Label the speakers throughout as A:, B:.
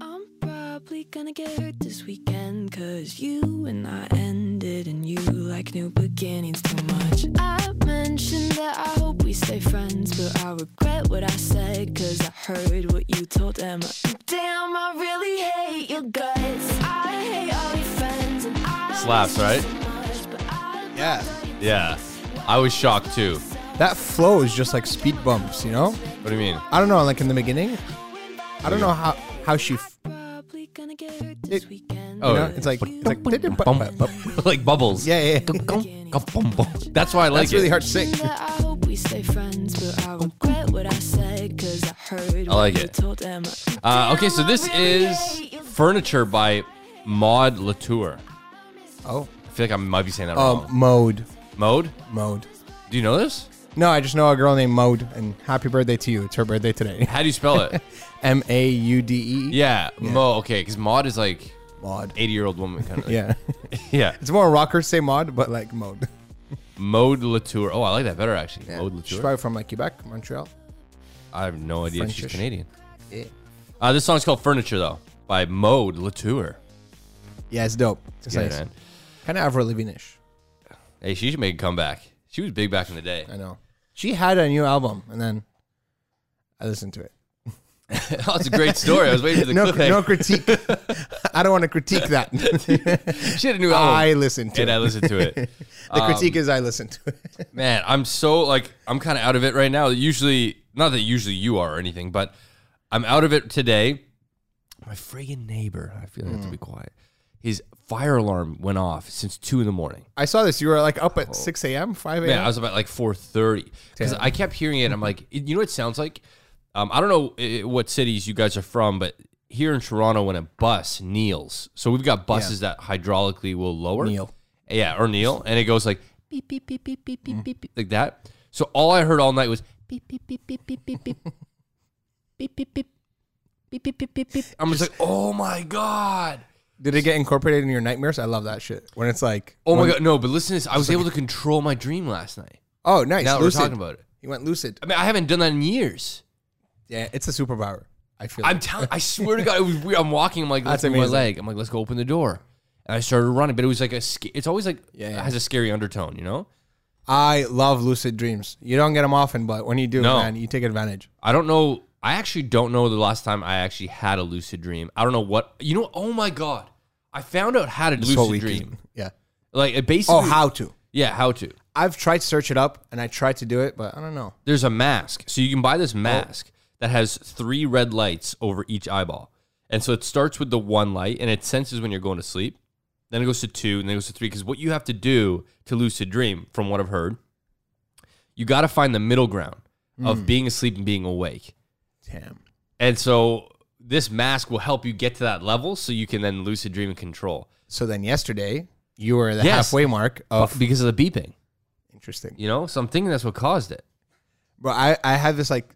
A: I'm probably gonna get hurt this weekend. Cause you and I ended, and you like new beginnings too much. I mentioned that I hope we stay friends, but I regret what I said. Cause I heard what you told Emma. Damn, I really hate your guts. I hate all your friends. And I
B: Slaps,
A: miss you
B: right?
A: so much, but I
C: Yeah.
A: love you
B: Yeah. I was shocked too.
C: That flow is just like speed bumps, you know?
B: What do you mean?
C: I don't know, like in the beginning, I don't know how how she. F-
A: Probably gonna get hurt this
C: It-
A: weekend.
B: Oh,
C: you know,
B: yeah.
C: it's like it's like
B: like bubbles.
C: yeah, yeah. yeah.
B: That's why I like
C: That's really
B: it.
C: hard to sing.
A: that I hope we stay friends, but I regret what I said because I heard
B: I like
A: what you
B: it.
A: told Emma.
B: Uh, okay, so this is Furniture by Maud Latour.
C: Oh,
B: I feel like I might be saying that
C: um,
B: wrong.
C: mode,
B: Mode?
C: mode.
B: Do you know this?
C: No, I just know a girl named Mode, and happy birthday to you. It's her birthday today.
B: How do you spell it?
C: M A U D E.
B: yeah, Mo. Okay, because Maud is like
C: Mod.
B: 80 year old woman kind of.
C: Yeah.
B: yeah.
C: It's more rockers say mod, but like mode.
B: Mode Latour. Oh, I like that better actually. Mode
C: She's
B: Latour.
C: probably from like Quebec, Montreal.
B: I have no idea if she's
C: Frenchish.
B: Canadian.
C: Yeah.
B: Uh, this song's called Furniture though by Mode Latour.
C: Yeah, it's dope. It's
B: Yeah,
C: nice.
B: man.
C: Kind of Avril Lavigne-ish.
B: Hey, she should make a comeback. She was big back in the day.
C: I know. She had a new album, and then I listened to it.
B: oh, it's a great story. I was waiting for the
C: no,
B: cliffhanger.
C: no critique. I don't want to critique that.
B: she had a new album.
C: I listened
B: Oh.
C: to
B: and
C: it.
B: I um, listened to it.
C: the critique is I listened to it.
B: Man, I'm so like I'm kind of out of it right now. Usually, not that usually you are or anything, but I'm out of it today. My friggin' neighbor, I feel like I have to
C: Mm.
B: be quiet. His fire alarm went off since two in the morning.
C: I saw this. You were like up at 6 a.m., 5 a.m.
B: Man, Oh. I was about like 4:30 because
C: Damn.
B: I kept hearing it. I'm like, you know what it sounds like? Um, I don't know uh, what cities you guys are from, but here in Toronto, when a bus kneels, so we've got buses that hydraulically will lower
C: Kneel.
B: yeah, or kneel, and it goes like beep beep beep beep beep beep beep beep, like that. So all I heard all night was beep beep beep beep beep beep beep beep beep beep. Beep, beep, beep, beep, beep. I'm just, like, oh my god,
C: Did it get incorporated in your nightmares? I love that shit. When it's like,
B: oh my god, no! But listen, to this. I was able to control my dream last night.
C: oh, nice.
B: Now that we're
C: lucid.
B: talking about it.
C: You went lucid.
B: I mean, I haven't done that in years.
C: Yeah, it's a superpower. I feel.
B: I'm
C: like.
B: telling. I swear to God, it was weird. I'm walking. I'm like, let's
C: That's
B: move my
C: amazing.
B: leg. I'm like, let's go open the door. And I started running, but it was like a. sca- It's always like
C: Yeah, yeah.
B: it has a scary undertone, you know.
C: I love lucid dreams. You don't get them often, but when you do,
B: No.
C: man, you take advantage.
B: I don't know. I actually don't know the last time I actually had a lucid dream. I don't know what you know. Oh my God, I found out how to
C: This whole
B: lucid
C: week is-
B: dream.
C: Yeah.
B: Like it basically.
C: Oh, how to?
B: Yeah, how to.
C: I've tried to search it up, and I tried to do it, but I don't know.
B: There's a mask, so you can buy this mask that has three red lights over each eyeball, and so it starts with the one light, and it senses when you're going to sleep. Then it goes to two, and then it goes to three. Because what you have to do to lucid dream, from what I've heard, you got to find the middle ground of being asleep and being awake.
C: Damn.
B: And so this mask will help you get to that level so you can then lucid dream and control.
C: So then yesterday, you were at the
B: Yes.
C: halfway mark
B: But
C: of
B: Uh, because of the beeping,
C: interesting.
B: you know? So I'm thinking that's what caused it.
C: Bro, I I have this like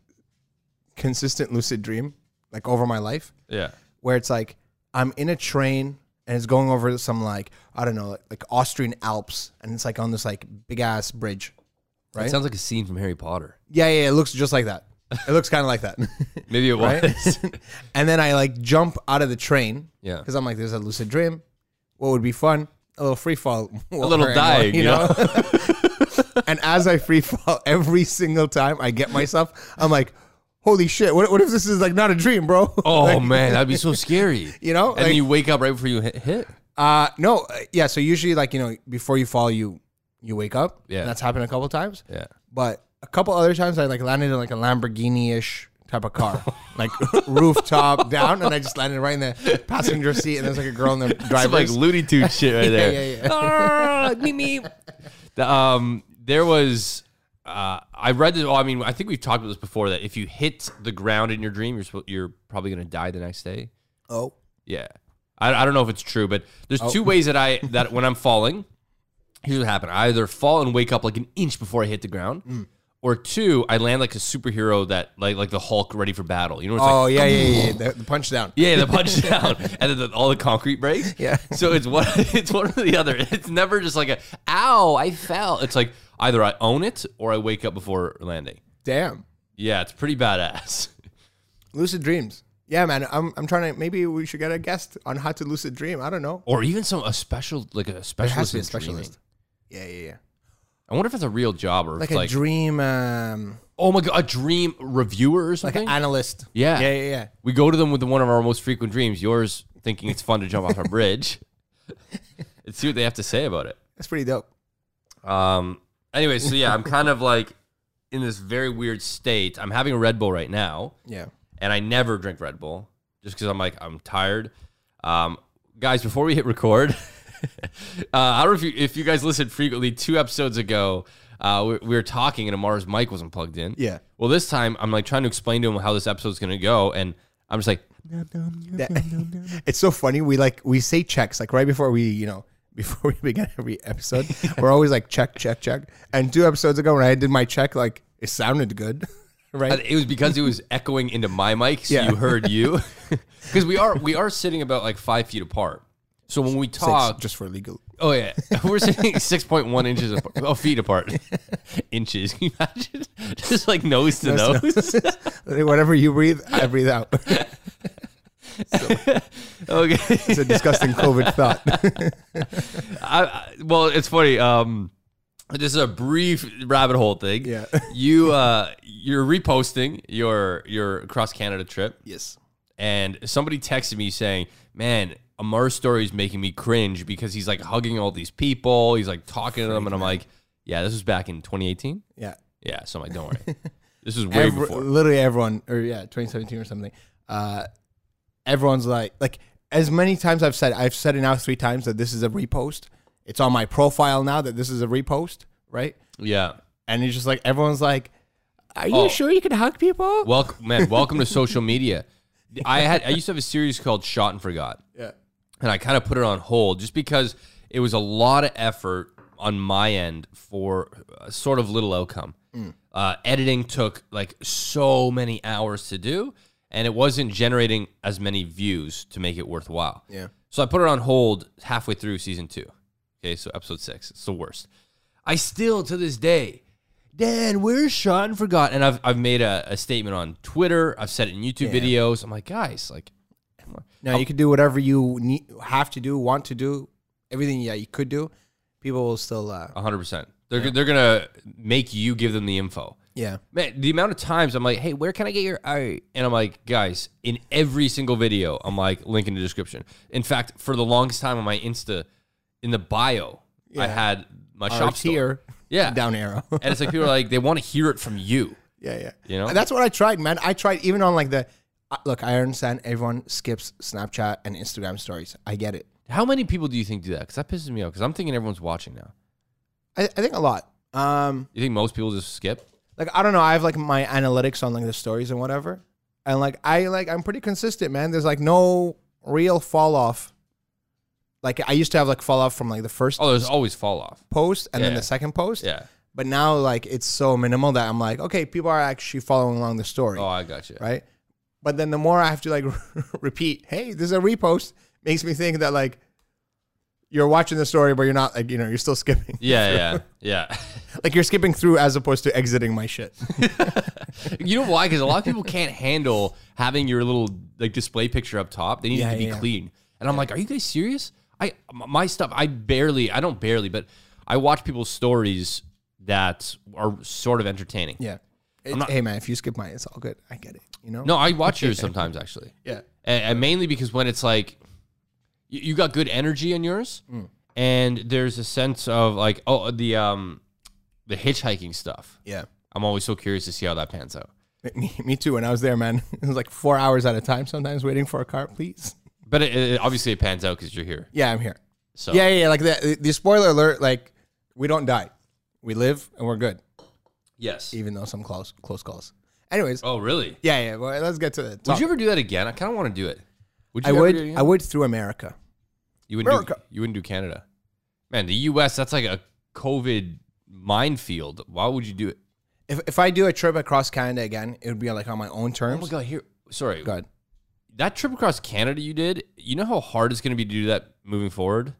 C: consistent lucid dream like over my life
B: Yeah.
C: where it's like I'm in a train and it's going over some like I don't know like, like Austrian Alps and it's like on this like big ass bridge.
B: Right?
C: Right?
B: It sounds like a scene from Harry Potter.
C: Yeah, yeah, it looks just like that. It looks kind of like that.
B: Maybe it was.
C: right? and then I like jump out of the train.
B: Yeah.
C: Because I'm like, there's a lucid dream. What would be fun? A little free fall.
B: A little dying, you know?
C: and as I free fall every single time I get myself, I'm like, holy shit, what, what if this is like not a dream, bro?
B: Oh,
C: Like,
B: man. That'd be so scary.
C: You know,
B: And
C: like-
B: then you wake up right before you hit. hit.
C: Uh, no, uh, yeah. So usually, like, you know, before you fall, you you wake up.
B: Yeah.
C: And that's happened a couple times.
B: Yeah.
C: But a couple other times I like landed in like a Lamborghini ish type of car, like rooftop down, and I just landed right in the passenger seat, and there's like a girl in the
B: It's like
C: driver's.
B: Looney Tunes shit right there.
C: yeah, yeah.
B: Ah, meep, meep. The, um, there was. Uh, I read this. Oh, I mean, I think we've talked about this before. That if you hit the ground in your dream, you're suppo- you're probably gonna die the next day.
C: oh,
B: Yeah. I, I don't know if it's true, but there's two ways that I that when I'm falling, here's what happened. I either fall and wake up like an inch before I hit the ground,
C: Mm.
B: or two, I land like a superhero that like like the Hulk ready for battle. You know what it's
C: oh
B: like?
C: yeah, yeah, yeah, yeah. The, the punch down.
B: Yeah, the punch down, and then the, all the concrete breaks.
C: Yeah.
B: So it's one, it's one or the other. It's never just like a "ow, I fell." It's like either I own it or I wake up before landing.
C: Damn,
B: Yeah, it's pretty badass.
C: lucid dreams. Yeah, man. I'm, I'm trying to. Maybe we should get a guest on how to lucid dream. I don't know.
B: Or even some a special like a
C: There has
B: specialist.
C: to be a
B: in dreaming.
C: specialist. Yeah, yeah, yeah.
B: I wonder if it's a real job or if
C: Like
B: it's
C: a
B: like
C: dream, um,
B: oh my god, a dream reviewer or
C: like
B: something.
C: an analyst.
B: yeah.
C: yeah, yeah, yeah.
B: we go to them with one of our most frequent dreams. Yours thinking it's fun to jump off a bridge. Let's see what they have to say about it.
C: That's pretty dope.
B: Um. Anyway, so yeah, I'm kind of like in this very weird state. I'm having a Red Bull right now,
C: Yeah.
B: and I never drink Red Bull just because I'm like I'm tired. Um, guys, before we hit record, uh, I don't know if you, if you guys listened frequently. Two episodes ago, uh, we, we were talking, and Amar's mic wasn't plugged in.
C: Yeah.
B: Well, this time I'm like trying to explain to him how this episode's gonna go, and I'm just like,
C: That- it's so funny. We like we say checks like right before we you know before we begin every episode. we're always like check check check. And two episodes ago when I did my check, like it sounded good, right?
B: it was because it was echoing into my mic, so
C: Yeah.
B: you heard you. Because we are we are sitting about like five feet apart. So when we talk,
C: Six, just for legal.
B: Oh yeah, we're sitting six point one inches apart, oh, feet apart, inches. Can you imagine? Just like nose to nose.
C: Whatever you breathe, I breathe out.
B: Okay.
C: It's a disgusting COVID thought.
B: I, I, well, it's funny. Um, this is a brief rabbit hole thing.
C: Yeah.
B: You uh, you're reposting your your cross Canada trip,
C: yes.
B: and somebody texted me saying, "Man." Amar's story is making me cringe because he's like hugging all these people. He's like talking to them, and I'm like, "Yeah, this was back in 2018."
C: Yeah.
B: Yeah, so I'm like, "Don't worry, this was way
C: Every,
B: before."
C: literally everyone, or yeah, 2017 or something. Uh, everyone's like, like as many times I've said, I've said it now three times that this is a repost. It's on my profile now that this is a repost, right?
B: Yeah,
C: And it's just like everyone's like, "Are you
B: Oh.
C: sure you can hug people?"
B: Welcome, man. Welcome to social media. I had I used to have a series called Shot and Forgot,
C: yeah,
B: and I kind of put it on hold just because it was a lot of effort on my end for a sort of little outcome. Uh, editing took like so many hours to do, and it wasn't generating as many views to make it worthwhile.
C: yeah.
B: So I put it on hold halfway through season two. Okay, so episode six. It's the worst. I still to this day, Dan, where's Sean Forgot? And I've I've made a, a statement on Twitter. I've said it in YouTube videos. I'm like, guys, like
C: Now you can do whatever you need, have to do, want to do, everything. Yeah, you could do. People will still, uh,
B: hundred percent. They're they're gonna make you give them the info.
C: yeah,
B: Man, the amount of times I'm like, hey, where can I get your art? And I'm like, guys, in every single video, I'm like, link in the description. In fact, for the longest time on my Insta, in the bio, I had my shop
C: Art
B: here.
C: Oh, here,
B: Yeah.
C: down arrow.
B: and it's like people are like they want to hear it from you.
C: Yeah, yeah.
B: You know?
C: that's what I tried, man. I tried even on like the uh, look. I understand everyone skips Snapchat and Instagram stories. I get it.
B: How many people do you think do that? Because that pisses me off. Because I'm thinking everyone's watching now.
C: I, I think a lot. Um,
B: You think most people just skip?
C: like I don't know. I have like my analytics on like the stories and whatever, and like I like I'm pretty consistent, man. There's like no real fall off. Like I used to have like fall off from like the first
B: Oh, there's always fall off.
C: post and then
B: yeah.
C: the second post.
B: Yeah.
C: But now like it's so minimal that I'm like, okay, people are actually following along the story.
B: Oh, I got you.
C: right? But then the more I have to like repeat, hey, this is a repost, makes me think that like you're watching the story, but you're not like you know you're still skipping,
B: Yeah, yeah,
C: like you're skipping through as opposed to exiting my shit.
B: yeah. you know why? Because a lot of people can't handle having your little like display picture up top. They need it
C: Yeah,
B: to be
C: yeah, yeah.
B: clean. And I'm like, are you guys serious? I m- my stuff. I barely. I don't barely, but I watch people's stories that are sort of entertaining.
C: Yeah.
B: not-
C: hey man, if you skip mine, it's all good. I get it. You know.
B: No, I watch yours sometimes actually.
C: Yeah.
B: and, and mainly because when it's like you, you got good energy in yours
C: Mm.
B: and there's a sense of like oh the um the hitchhiking stuff
C: Yeah.
B: i'm always so curious to see how that pans out
C: Me, me too. When I was there, man, it was like four hours at a time sometimes waiting for a car. Please.
B: but it, it- obviously it pans out because you're here
C: Yeah, I'm here.
B: so
C: Yeah, yeah. yeah like the, the spoiler alert. Like we don't die, we live and we're good.
B: yes
C: Even though some close close calls. Anyways.
B: oh really
C: Yeah, yeah. Well, let's get to the.
B: would
C: Topic.
B: you ever do that again i kind of want to do it would you
C: I
B: ever
C: would.
B: do it again?
C: I would through America.
B: you wouldn't do,
C: America.
B: you wouldn't do canada man the us that's like a covid minefield why would you do it
C: If, if I do a trip across Canada again, it would be like on my own
B: oh my
C: terms.
B: god here sorry
C: God.
B: that trip across Canada you did, you know how hard it's going to be to do that moving forward?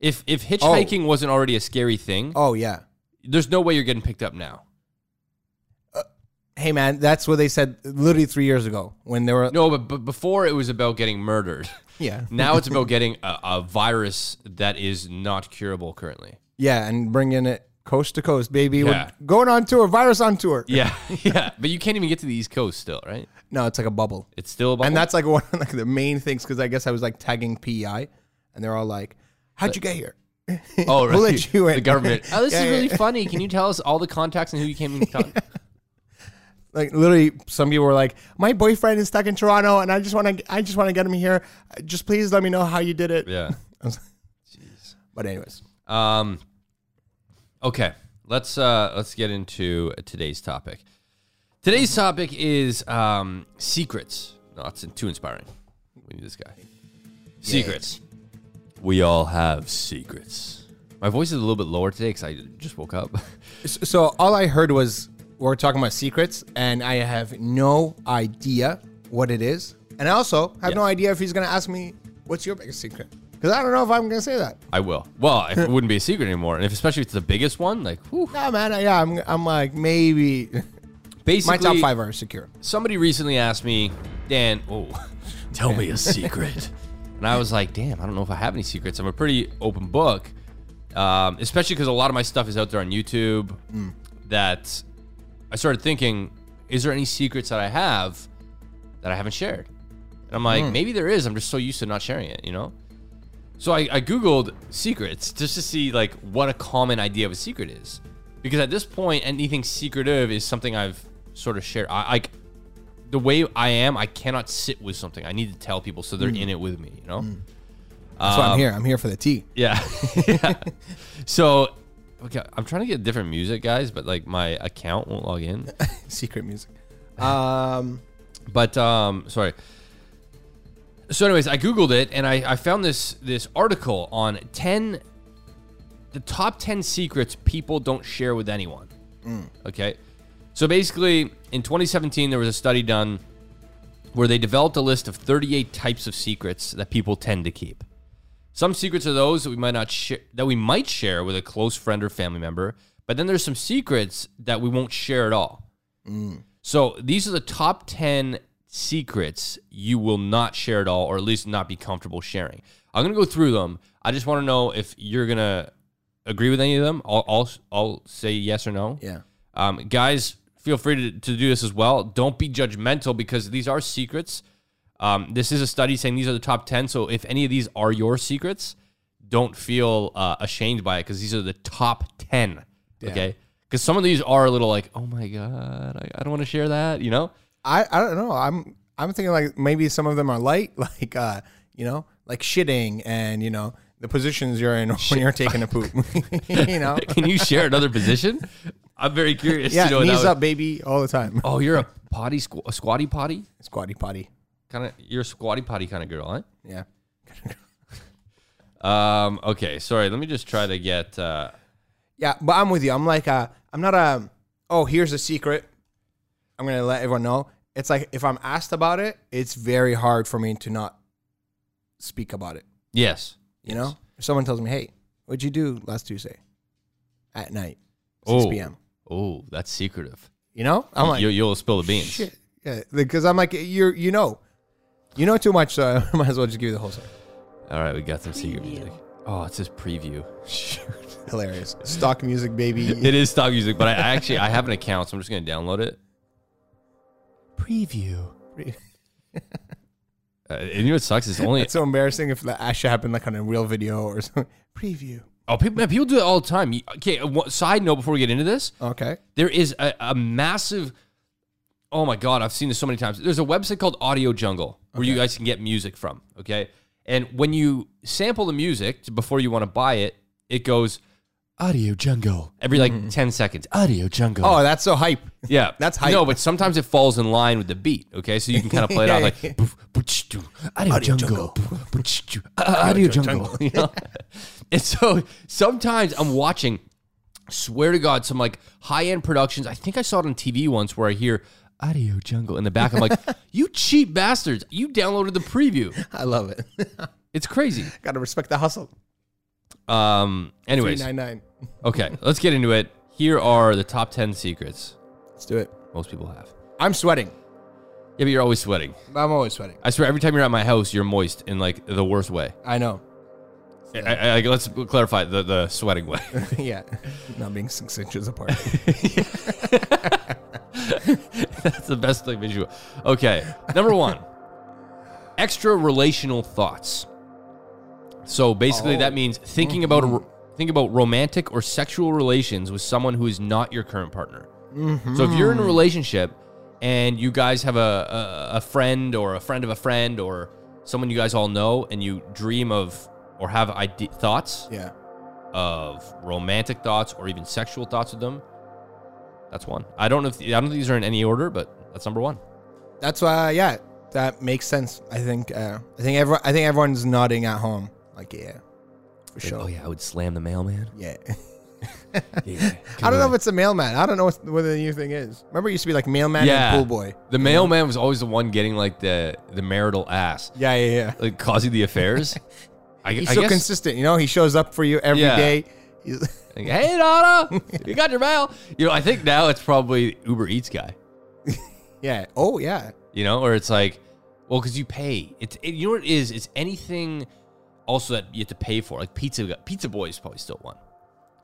B: If if hitchhiking wasn't already a scary thing,
C: Oh yeah.
B: there's no way you're getting picked up now.
C: Hey man, that's what they said literally three years ago when they were
B: No, but, but before it was about getting murdered.
C: yeah
B: Now it's about getting a, a virus that is not curable currently.
C: yeah and bringing it coast to coast, baby. We're
B: Yeah.
C: going on tour, virus on tour.
B: Yeah, yeah. But you can't even get to the East Coast still, right?
C: No, it's like a bubble.
B: It's still a bubble.
C: And that's like one of like the main things because I guess I was like tagging PEI, and they're all like, "How'd you get here?"
B: oh, right.
C: we'll let you in.
B: The government. Oh, this is
C: Yeah, yeah.
B: really funny. Can you tell us all the contacts and who you came in contact?
C: Like literally, some people were like, "My boyfriend is stuck in Toronto, and I just want to, I just want to get him here. Just please let me know how you did it."
B: Yeah.
C: I was But anyways,
B: Um. Okay. Let's uh let's get into today's topic. Today's topic is um secrets. No, that's too inspiring. We need this guy. Secrets. We all have secrets. My voice is a little bit lower today because I just woke up.
C: S- so all I heard was we're talking about secrets, and I have no idea what it is, and I also have
B: Yeah.
C: no idea if he's gonna ask me what's your biggest secret because I don't know if I'm gonna say that.
B: I will. Well, if it wouldn't be a secret anymore, and if especially if it's the biggest one, like whew.
C: No, man. I- Yeah, I'm. I'm like maybe
B: basically
C: my top five are secure.
B: somebody recently asked me, Dan, oh, tell me a secret. and I was like, damn, I don't know if I have any secrets. I'm a pretty open book, um, especially because a lot of my stuff is out there on YouTube. That I started thinking, is there any secrets that I have that I haven't shared? And I'm like, maybe there is. I'm just so used to not sharing it, you know? So I, I Googled secrets just to see like what a common idea of a secret is. Because at this point, anything secretive is something I've sort of shared. I like the way I am, I cannot sit with something. I need to tell people so they're in it with me, you know?
C: That's why
B: um,
C: I'm here. I'm here for the tea.
B: Yeah. yeah. So okay, I'm trying to get different music, guys, but like my account won't log in.
C: Secret music. Um,
B: But um, sorry. So, anyways, I googled it and I, I found this this article on ten, the top ten secrets people don't share with anyone. Okay, so basically, in 2017, there was a study done where they developed a list of 38 types of secrets that people tend to keep. Some secrets are those that we might not share that we might share with a close friend or family member, but then there's some secrets that we won't share at all. So these are the top 10 secrets you will not share at all, or at least not be comfortable sharing. I'm going to go through them. I just want to know if you're going to agree with any of them. I'll, I'll, I'll say yes or no.
C: yeah.
B: Um, guys, feel free to, to do this as well. Don't be judgmental because these are secrets. Um, this is a study saying these are the top 10. So if any of these are your secrets, don't feel uh, ashamed by it because these are the top 10. Okay. Because some of these are a little like, oh my God, I, I don't want to share that, you know?
C: I, I don't know. I'm I'm thinking like maybe some of them are light, like uh, you know, like shitting and you know the positions you're in when you're taking a poop. you know.
B: Can you share another position? I'm very curious.
C: Yeah,
B: to know what that
C: knees
B: was-
C: up, baby, all the time.
B: Oh, you're a potty, squ- a squatty potty?
C: Squatty potty.
B: Kind of, you're a squatty potty kind of girl, huh?
C: Yeah.
B: Um, okay, sorry. Let me just try to get. Uh,
C: Yeah, but I'm with you. I'm like, uh, I'm not a. Oh, here's a secret. I'm gonna let everyone know. It's like if I'm asked about it, it's very hard for me to not speak about it.
B: yes.
C: You know, if someone tells me, "Hey, what'd you do last Tuesday at night, 6
B: Oh.
C: p.m.?"
B: Oh, that's secretive.
C: You know, I'm like,
B: you, you'll spill the beans.
C: shit, yeah, because I'm like, you're, you know, you know too much, so I might as well just give you the whole song.
B: All right, we got some secret music. Oh, it says preview. Shoot.
C: Hilarious, stock music, baby.
B: it is stock music, but I actually I have an account, so I'm just gonna download it. Preview. Uh, and you know what sucks? It's only
C: It's so embarrassing if that actually happened like on a real video or something. Preview.
B: oh people, man, people do it all the time. You- Okay, uh, one, side note before we get into this,
C: Okay.
B: there is a, a massive. Oh my god, I've seen this so many times. There's a website called Audio Jungle where you guys can get music from. Okay, and when you sample the music t- before you want to buy it, it goes Audio Jungle every like ten seconds. Audio Jungle.
C: Oh, that's so hype.
B: Yeah,
C: That's hype.
B: No, but sometimes it falls in line with the beat. Okay, so you can kind of play it
C: Yeah,
B: out
C: yeah,
B: like "Boof, booch, doo, audio jungle, boof, booch, doo, uh, audio jungle. you know? And so sometimes I'm watching. Swear to God, some like high end productions. I think I saw it on TV once where I hear audio jungle in the back. I'm like, you cheap bastards! You downloaded the preview.
C: I love it.
B: It's crazy.
C: Gotta respect the hustle.
B: Um. Anyways,
C: 399.
B: okay, let's get into it. Here are the top ten secrets.
C: Let's do it.
B: Well, Most people have.
C: I'm sweating.
B: Yeah, but you're always sweating.
C: I'm always sweating.
B: I swear, every time you're at my house, you're moist in like the worst way.
C: I know.
B: I, I, I- let's clarify the, the sweating way.
C: yeah. Not being six inches apart.
B: That's the best thing visual. Okay, number one, extra relational thoughts. So basically, that means thinking about a, think about romantic or sexual relations with someone who is not your current partner. So if you're in a relationship and you guys have a, a a friend or a friend of a friend or someone you guys all know, and you dream of or have ide- thoughts
C: yeah.
B: of romantic thoughts or even sexual thoughts with them, that's one. I don't know if I don't think these are in any order, but that's number one.
C: That's why. Yeah, that makes sense. I think. Uh, I think everyone. I think everyone's nodding at home. Like yeah, for sure.
B: Oh yeah, I would slam the mailman.
C: yeah.
B: Yeah.
C: I don't know if it's a mailman. I don't know what, what the new thing is. Remember, it used to be like mailman
B: yeah.
C: and pool boy.
B: The mailman was always the one getting like the the marital ass,
C: Yeah, yeah, yeah.
B: like causing the affairs. I,
C: He's
B: I
C: so
B: guess.
C: consistent. You know, he shows up for you every
B: Yeah.
C: day. He's
B: like, hey, Donna, you got your mail. You know, I think now it's probably Uber Eats guy.
C: yeah. Oh yeah.
B: you know or it's like well because you pay it's it, you know what it is it's anything also that you have to pay for like pizza pizza boy is probably still one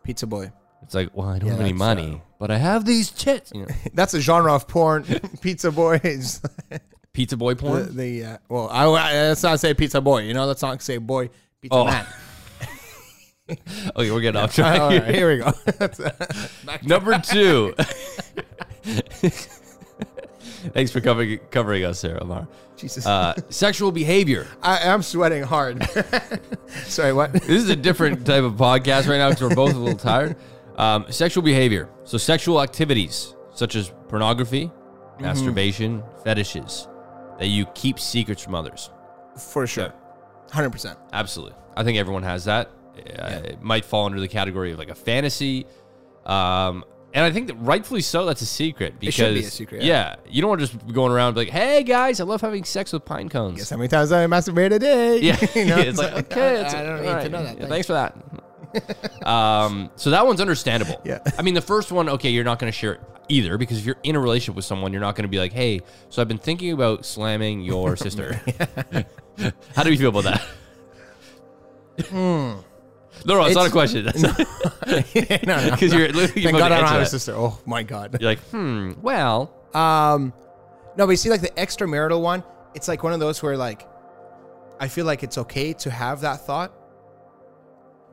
C: Pizza boy.
B: it's like well i don't
C: Yeah,
B: have any
C: that's,
B: money but i have these tits you know,
C: That's a genre of porn. pizza boy is
B: pizza boy porn
C: the, the uh, well. I, I let's not say pizza boy. You know, let's not say boy. Pizza
B: Oh.
C: man.
B: okay Oh, we're getting off track
C: All
B: here.
C: right, here we go. That's- uh,
B: number two thanks for covering covering us there amar
C: Jesus.
B: uh, sexual behavior
C: I am sweating hard. Sorry, what?
B: this is a different type of podcast right now because we're both a little tired. Um, sexual behavior. So, sexual activities such as pornography,
C: Mm-hmm.
B: masturbation, fetishes that you keep secrets from others.
C: For sure. 100%.
B: Absolutely. I think everyone has that. Uh, It might fall under the category of like a fantasy. Um, and I think that rightfully so, that's a secret because,
C: should be a secret,
B: yeah. you don't want to just be going around like, hey guys, I love having sex with pine cones.
C: Guess how many times I masturbate a day?
B: Yeah,
C: You know,
B: it's like okay,
C: I,
B: it's,
C: I don't need
B: all
C: to
B: right.
C: know that.
B: Yeah, thanks
C: thanks.
B: for that. um, so that one's understandable.
C: Yeah.
B: I mean, the first one, okay, you're not going to share it either because if you're in a relationship with someone, you're not going to be like, hey, so I've been thinking about slamming your sister. How do you feel about that? No, no, it's, not a
C: Hmm. It's-
B: question.
C: no, no,
B: Because
C: no.
B: you're literally
C: Thank
B: about
C: God
B: to
C: I don't
B: answer
C: have a
B: that.
C: sister. Oh my God.
B: You're like, hmm, well,
C: Um, no, but you see, like the extramarital one, it's like one of those where like I feel like it's okay to have that thought,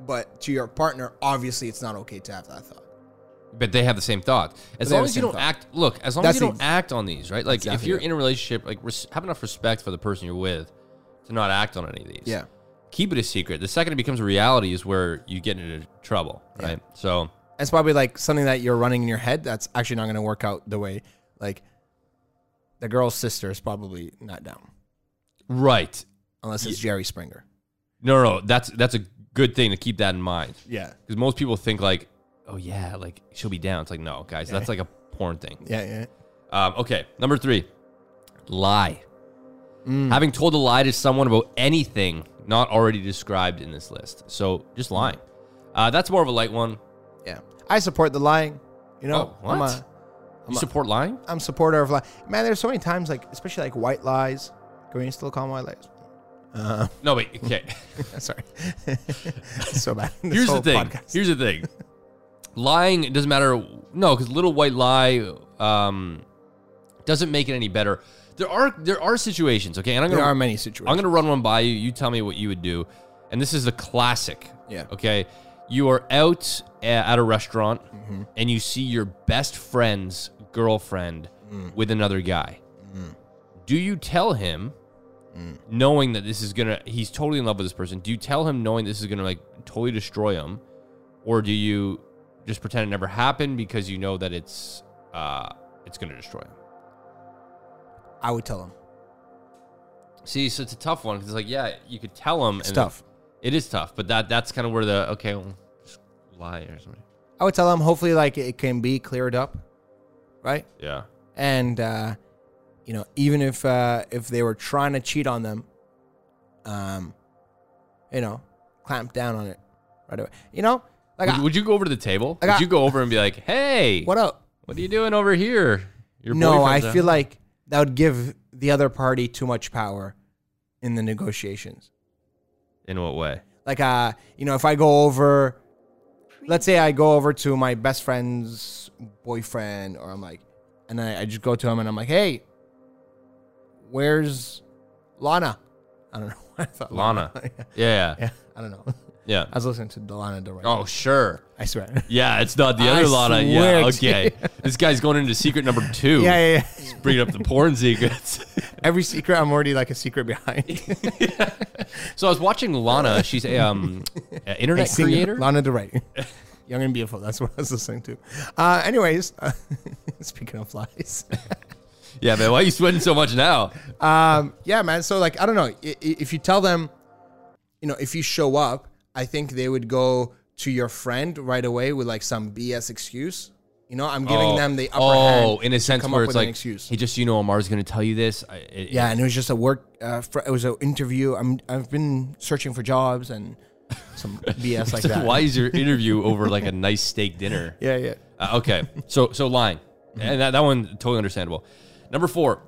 C: but to your partner, obviously, it's not okay to have that thought.
B: But they have the same thought. As
C: they have
B: long
C: the
B: as you
C: same
B: don't
C: thought.
B: act, look, as long
C: That's
B: as you don't
C: ex-
B: act on these, right? Like if
C: Exactly
B: you're
C: it.
B: in a relationship, like res- have enough respect for the person you're with to not act on any of these.
C: Yeah.
B: Keep it a secret. The second it becomes a reality is where you get into trouble, right? So,
C: it's probably like something that you're running in your head that's actually not going to work out the way like the girl's sister is probably not down
B: right.
C: unless it's Jerry Springer.
B: No, no, no, that's that's a good thing to keep that in mind.
C: Yeah.
B: Cuz most people think like, "Oh yeah, like she'll be down." It's like, "No, guys, that's like a porn thing."
C: Yeah, yeah.
B: Um, okay, number three, lie.
C: Mm.
B: Having told a lie to someone about anything not already described in this list. So just lying. Uh, that's more of a light one.
C: Yeah. I support the lying. You know,
B: Oh,
C: I'm
B: what?
C: a
B: you support lying?
C: I'm supporter of lying. Man, there's so many times like especially like white lies. Can we still call 'em white lies?
B: No, wait. Okay.
C: Sorry. so bad. This
B: Here's the
C: whole
B: thing.
C: podcast.
B: Here's the thing. lying it doesn't matter. No, because little white lie um, doesn't make it any better. There are there are situations. Okay, and I'm
C: there
B: gonna
C: are many situations.
B: I'm gonna run one by you. You tell me what you would do. And this is the classic.
C: Yeah.
B: Okay. You are out a- at a restaurant and you see your best friend's girlfriend with another guy. Mm. Do you tell him, Mm. knowing that this is gonna, he's totally in love with this person? Do you tell him knowing this is gonna like totally destroy him, or do you just pretend it never happened because you know that it's uh it's gonna destroy him?
C: I would tell him.
B: See, so it's a tough one because it's like, yeah, you could tell him.
C: It's
B: and-
C: tough.
B: It is tough, but that that's kind of where the okay, well, just lie or something.
C: I would tell him hopefully like it can be cleared up. Right?
B: Yeah.
C: and uh, you know even if uh, if they were trying to cheat on them um you know clamp down on it right away you know like
B: Would, would you go over to the table?
C: I got-
B: would you go over and be like, "Hey,
C: what up
B: what are you doing over here? Your
C: no, I
B: boyfriend's out.
C: feel like that would give the other party too much power in the negotiations.
B: in what way?
C: Like, uh, you know, if I go over, let's say I go over to my best friend's boyfriend, or I'm like, and I, I just go to him and I'm like, hey, where's Lana? I don't know. why I thought
B: Lana. Yeah. yeah.
C: yeah, I don't know.
B: Yeah.
C: I was listening to Delana Del Rey.
B: Oh, sure.
C: I swear.
B: Yeah, it's not the other
C: I
B: Lana.
C: swear
B: Yeah,
C: to
B: okay. this guy's going into secret number two.
C: Yeah, yeah, yeah.
B: He's bringing up the porn secrets.
C: Every secret, I'm already like a secret behind.
B: so I was watching Lana. She's a um, a internet
C: Singer,
B: creator.
C: Lana Del Rey. Young and beautiful. That's what I was listening to. Uh, anyways, speaking of lies,
B: Yeah, man. Why are you sweating so much now?
C: um, yeah, man. So like, I don't know. I- i- If you tell them, you know, if you show up, I think they would go to your friend right away with like some BS excuse. You know, I'm giving
B: oh,
C: them the upper
B: oh,
C: hand
B: in a
C: to
B: sense
C: come
B: where
C: up
B: it's
C: with an
B: like,
C: excuse.
B: hey, just so you know, Omar's going to tell you this. I, it,
C: Yeah, and it was just a work. Uh, fr- it was an interview. I'm I've been searching for jobs and some BS like that.
B: Why is your interview over like a nice steak dinner?
C: Yeah, Mm-hmm. yeah.
B: Uh, okay, so so lying, and that, that one totally understandable. Number four,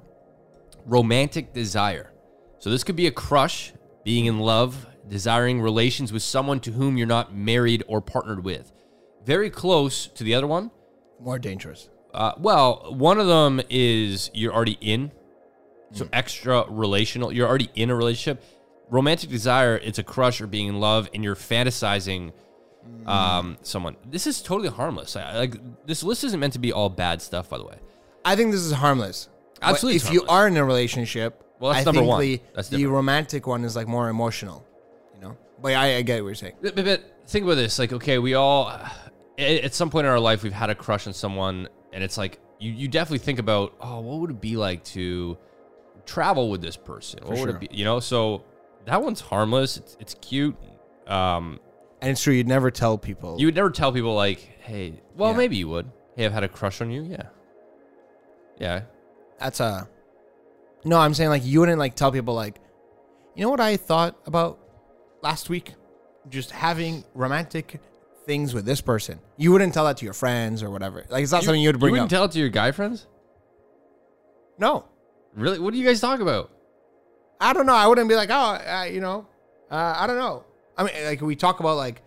B: romantic desire. So this could be a crush, being in love, desiring relations with someone to whom you're not married or partnered with. Very close to the other one.
C: More dangerous.
B: Uh, well, one of them is you're already in, so extra relational. You're already in a relationship. Romantic desire, it's a crush or being in love, and you're fantasizing um, someone. This is totally harmless. I, I- like this list isn't meant to be all bad stuff, by the way.
C: I think this is harmless. But
B: Absolutely
C: If
B: it's
C: you
B: harmless.
C: are in a relationship,
B: Well, that's
C: I
B: number
C: think
B: one.
C: The,
B: That's
C: the
B: different.
C: romantic one is like more emotional, you know. But I, I get what you're saying.
B: But, but- but think about this. Like, okay, we all at, at some point in our life we've had a crush on someone, and it's like you you definitely think about, oh, what would it be like to travel with this person? what would
C: sure.
B: it be? You know, so that one's harmless. It's it's cute. Um,
C: And it's true. You'd never tell people.
B: you would never tell people like, hey, well,
C: Yeah.
B: maybe you would. Hey, I've had a crush on you. Yeah, yeah.
C: that's a. No, I'm saying like you wouldn't like tell people like, you know what I thought about last week, just having romantic things with this person. You wouldn't tell that to your friends or whatever. Like it's not something you'd bring
B: you
C: up.
B: wouldn't tell it to your guy friends.
C: no,
B: Really? What do you guys talk about?
C: I don't know. I wouldn't be like, oh, uh, you know, uh, I don't know. I mean, like we talk about like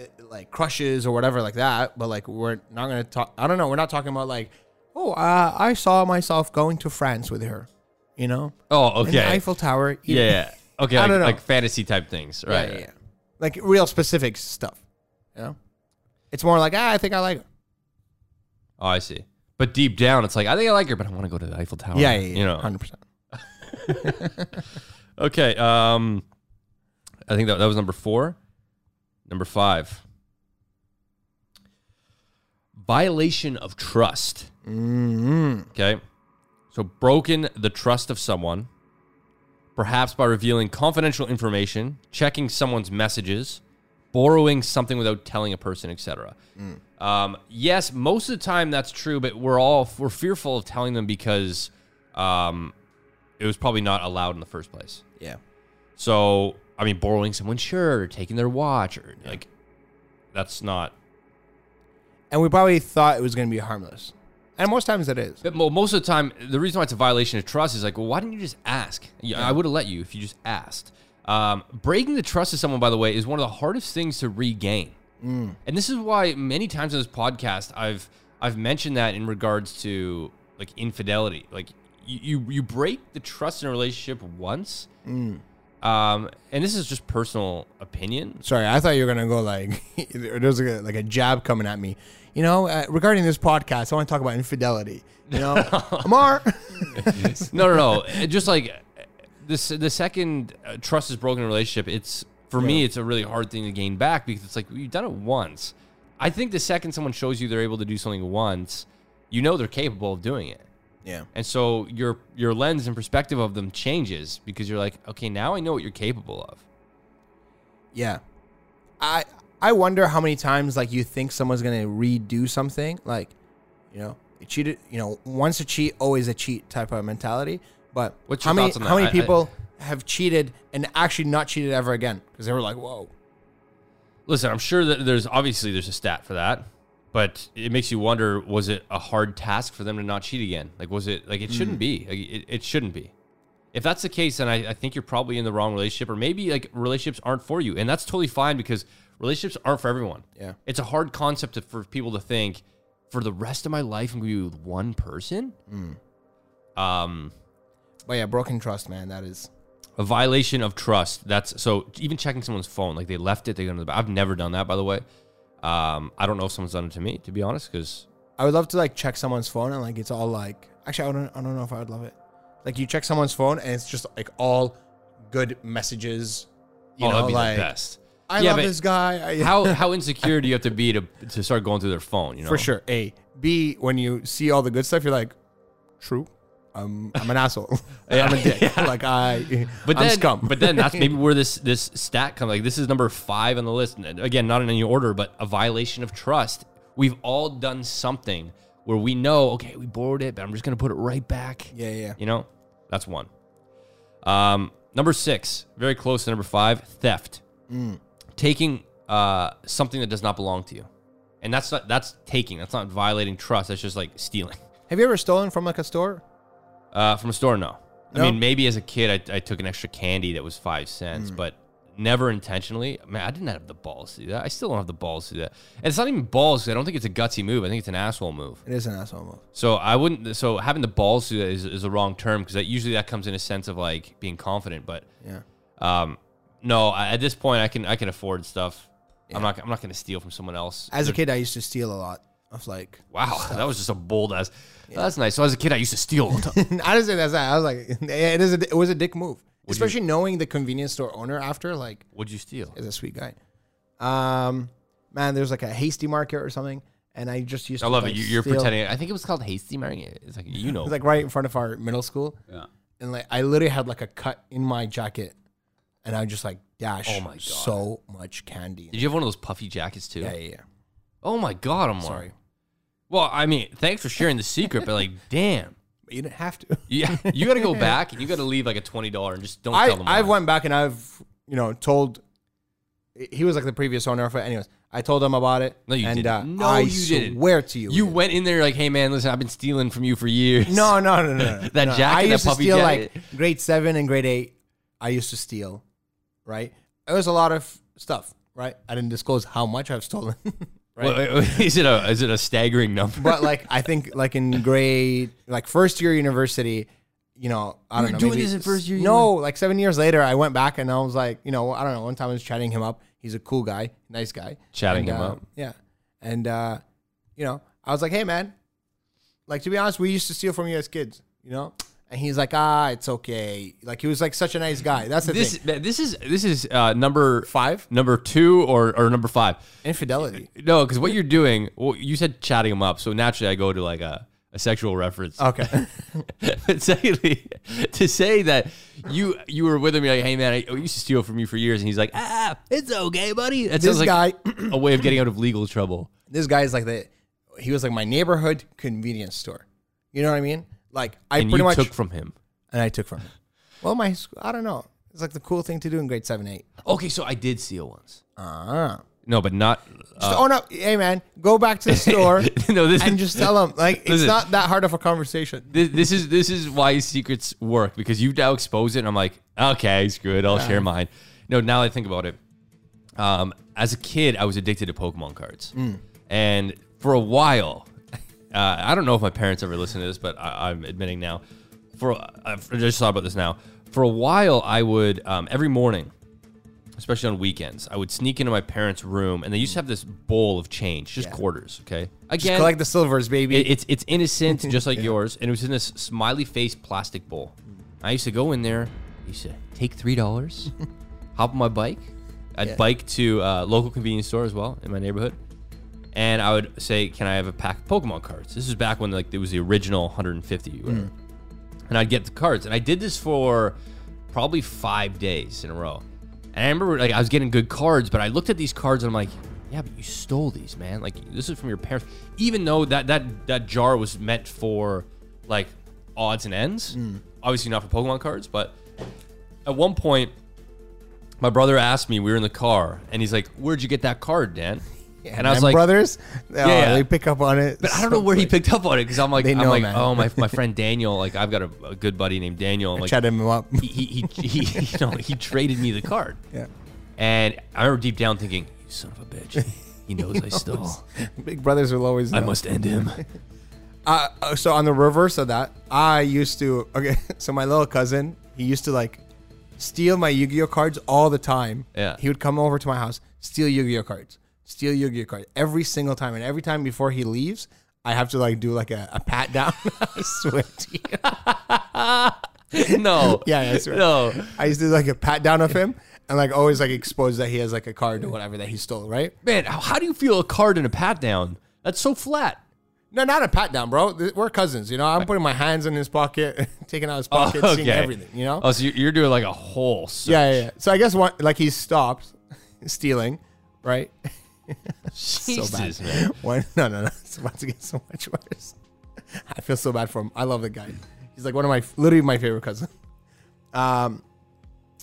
C: uh, like crushes or whatever like that, but like we're not gonna talk. I don't know. We're not talking about like, oh, uh, I saw myself going to France with her, you know,
B: Oh,
C: in the
B: okay.
C: Eiffel Tower.
B: Yeah,
C: you know?
B: yeah. Okay,
C: I
B: like,
C: don't know.
B: like fantasy type things, right?
C: yeah, yeah, yeah. Like real specific stuff. You know, it's more like ah, I think I like her.
B: Oh, I see. But deep down, it's like I think I like her, but I want to go to the Eiffel Tower.
C: Yeah, yeah, yeah,
B: Oh, you know.
C: hundred percent.
B: Okay. Um, I think that that was number four. Number five. Violation of trust. Okay. So broken the trust of someone, perhaps by revealing confidential information, checking someone's messages, borrowing something without telling a person, etc. Um, yes, most of the time that's true, but we're all we're fearful of telling them because um, it was probably not allowed in the first place.
C: Yeah,
B: So, I mean, borrowing someone's shirt or taking their watch or like, that's not.
C: and we probably thought it was gonna be harmless, and most times it is.
B: But mo- most of the time, the reason why it's a violation of trust is like, well, why didn't you just ask? Yeah, I would have let you if you just asked. Um, breaking the trust of someone, by the way, is one of the hardest things to regain. And this is why many times in this podcast, I've I've mentioned that in regards to like infidelity. Like you you, you break the trust in a relationship once. Um, and this is just personal opinion.
C: Sorry, I thought you were gonna go like there was like a, like a jab coming at me. You know, uh, regarding this podcast, I want to talk about infidelity. You know, Amar.
B: no, no, no. It Just like this, the second uh, trust is broken in a relationship, it's for me, it's a really hard thing to gain back because it's like you've done it once. I think the second someone shows you they're able to do something once, you know they're capable of doing it,
C: yeah,
B: and so your your lens and perspective of them changes because you're like, okay, now I know what you're capable of.
C: yeah. I I wonder how many times like you think someone's gonna redo something like, you know, it cheated. You know, once a cheat, always a cheat type of mentality. But
B: What's
C: how
B: your
C: many
B: thoughts on
C: how
B: that?
C: many
B: I- I-
C: people have cheated and actually not cheated ever again because they were like, whoa.
B: Listen, I'm sure that there's obviously there's a stat for that, But it makes you wonder: was it a hard task for them to not cheat again? Like, was it like it shouldn't be? Like, it, it shouldn't be. If that's the case, then I, I think you're probably in the wrong relationship, or maybe like relationships aren't for you, and that's totally fine because relationships aren't for everyone.
C: Yeah.
B: it's a hard concept to, for people to think for the rest of my life I'm going to be with one person. Um,
C: But yeah, broken trust, man. That is.
B: a violation of trust. That's so even checking someone's phone, like they left it, they go to the. ba- I've never done that, by the way. Um, I don't know if someone's done it to me, to be honest, because
C: I would love to like check someone's phone and like it's all like. Actually, I don't. I don't know if I would love it. Like you check someone's phone and it's just like all good messages. You
B: oh,
C: know,
B: that'd be
C: like
B: the best.
C: I
B: Yeah,
C: love
B: but
C: this guy. I,
B: How how insecure do you have to be to to start going through their phone? You know,
C: for sure. A B. When you see all the good stuff, you're like, true. I'm I'm an asshole. I'm a dick. Like I.
B: But
C: I'm
B: then,
C: scum.
B: but then that's maybe where this this stat comes. Like this is number five on the list. And again, not in any order, but a violation of trust. We've all done something where we know, okay, we borrowed it, but I'm just gonna put it right back.
C: yeah, yeah.
B: You know, that's one. Um, number six, very close to number five, theft. Taking uh, something that does not belong to you, and that's not that's taking. That's not violating trust. That's just like stealing
C: Have you ever stolen from like a store?
B: uh, from a store. No,
C: No?
B: I mean maybe as a kid I, I took an extra candy that was five cents, but never intentionally. Man, I didn't have the balls to do that. I still don't have the balls to do that. And it's not even balls. 'cause I don't think it's a gutsy move. I think it's an asshole move.
C: It is an asshole move.
B: So I wouldn't. So having the balls to do that is, is the wrong term because that usually that comes in a sense of like being confident. But
C: Yeah.
B: um, no, I, at this point I can I can afford stuff. I'm not I'm not going to steal from someone else.
C: As a kid, I used to steal a lot of like.
B: wow, that was just a bold ass. That's nice. So as a kid I used to steal all the time.
C: I didn't say that's that. I was like, it is. A, it was a dick move, especially knowing the convenience store owner after. Like,
B: What'd you steal?
C: is a sweet guy. Um, man, there's like a hasty market or something, and I just used.
B: I
C: to
B: love
C: like
B: it. You, you're
C: steal-
B: pretending. I think it was called hasty marrying. It's like you know.
C: It was like right in front of our middle school,
D: Yeah.
C: and like I literally had like a cut in my jacket, and I just like dash.
B: Oh my God.
C: So much candy.
B: Did you have one of those puffy jackets too?
C: Yeah, yeah, yeah.
B: Oh my god, I'm sorry. Well, I mean, thanks for sharing the secret, but like, damn.
C: But you didn't have to.
B: Yeah, you got to go back and you got to leave like a twenty dollar and just don't
C: I
B: tell them.
C: I've
B: why.
C: went back and I've you know told. He was like the previous owner of it. Anyways, I told him about it.
B: No, you
C: and,
B: didn't.
C: Uh,
B: No,
C: I
B: you didn't.
C: swear to you,
B: You
C: it-
B: went in there like, hey man, listen, I've been stealing from you for years.
C: No, no, no, no. no.
B: That
C: no.
B: jacket,
C: I
B: that
C: used
B: puffy
C: to steal
B: jacket.
C: like grade seven and grade eight. I used to steal, right? It was a lot of stuff, right? I didn't disclose how much I've stolen,
B: Wait,
C: right?
B: wait, wait, is it a is it a staggering number?
C: but like, I think like in grade, like first year university, you know, I don't know.
B: doing
C: maybe
B: this in first year
C: No, like seven years later, I went back and I was like, you know, I don't know. One time I was chatting him up. He's a cool guy, nice guy.
B: Chatting
C: And,
B: him
C: uh,
B: up.
C: Yeah, and uh, you know, I was like, hey man, like to be honest, we used to steal from you as kids, you know. And he's like, ah, it's okay. Like he was like such a nice guy. That's the
B: This
C: thing.
B: man, this is this is uh, number
C: Five
B: number two or or number five.
C: infidelity.
B: No, because what you're doing, well, you said chatting him up, so naturally I go to like a, a sexual reference.
C: Okay.
B: but secondly, to say that you you were with him, you're like, hey man, I I used to steal from you for years, and he's like, ah, it's okay, buddy. That
C: this
B: sounds like
C: guy,
B: a way of getting out of legal trouble.
C: this guy is like the, he was like my neighborhood convenience store. You know what I mean? Like I
B: And
C: pretty
B: you
C: much
B: took from him.
C: and I took from him. Well, my sc- I don't know. It's like the cool thing to do in grade seven, eight.
B: Okay, so I did steal once.
C: Ah.
B: No, but not.
C: Just own up, hey man, go back to the store
B: Uh, no, this
C: and just tell him. Like it's
B: Listen.
C: not that hard of a conversation.
B: this, this is this is why secrets work because you now expose it and I'm like, okay, screw it, I'll share mine. No, now that I think about it, um, as a kid, I was addicted to Pokemon cards,
C: Hmm.
B: and for a while, uh, I don't know if my parents ever listened to this, but I, I'm admitting now. For I've- I just thought about this now. For a while, I would um, every morning especially on weekends, I would sneak into my parents' room, and they used to have this bowl of change, just quarters. Okay,
C: Just
B: again,
C: collect the silvers, baby.
B: it- it's it's innocent, just like yours, and it was in this smiley face plastic bowl. I used to go in there. I used to take three dollars, hop on my bike. I'd bike to a local convenience store as well in my neighborhood, and I would say, "Can I have a pack of Pokemon cards?" This is back when like it was the original 150, whatever. and I'd get the cards, and I did this for probably five days in a row. And I remember like I was getting good cards, but I looked at these cards and I'm like, yeah, but you stole these, man. Like this is from your parents. Even though that that that jar was meant for like odds and ends,
C: Mm.
B: obviously not for Pokemon cards, but at one point my brother asked me, we were in the car, and he's like, Where'd you get that card, Dan?
C: Yeah,
B: and I was
C: them
B: like,
C: brothers, oh,
B: yeah.
C: they pick up on it.
B: But I don't know where he picked up on it because I'm like,
C: They
B: I'm
C: know,
B: like,
C: man.
B: oh my, my friend Daniel, like I've got a, a good buddy named Daniel. I'm
C: I
B: like,
C: chatted him up.
B: he, he, he, he, you know, he traded me the card,
C: yeah,
B: and I remember deep down thinking, you son of a bitch, he knows, I stole.
C: big brothers will always. Know.
B: I must end him.
C: uh, uh, so on the reverse of that, I used to okay. So my little cousin, he used to like steal my Yu-Gi-Oh cards all the time.
B: Yeah.
C: he would come over to my house, steal Yu-Gi-Oh cards, steal Yu-Gi-Oh cards every single time, and every time before he leaves, I have to like do like a, a pat down. I swear to you.
B: no,
C: Yeah, yeah, I swear.
B: no,
C: I used to do like a pat down of him and like always like expose that he has like a card or whatever that he stole, right?
B: man, how, how do you feel a card in a pat down? That's so flat.
C: No, not a pat down, bro. Th- We're cousins, you know. I'm putting my hands in his pocket, taking out his pocket, seeing everything, you know.
B: Oh, so you're, you're doing like a whole. Search.
C: yeah, yeah, yeah. So I guess one, like he stopped stealing, right?
B: Jesus,
C: bad.
B: man.
C: One, no, no, no. It's about to get so much worse. I feel so bad for him. I love the guy. He's like one of my literally my favorite cousin. Um,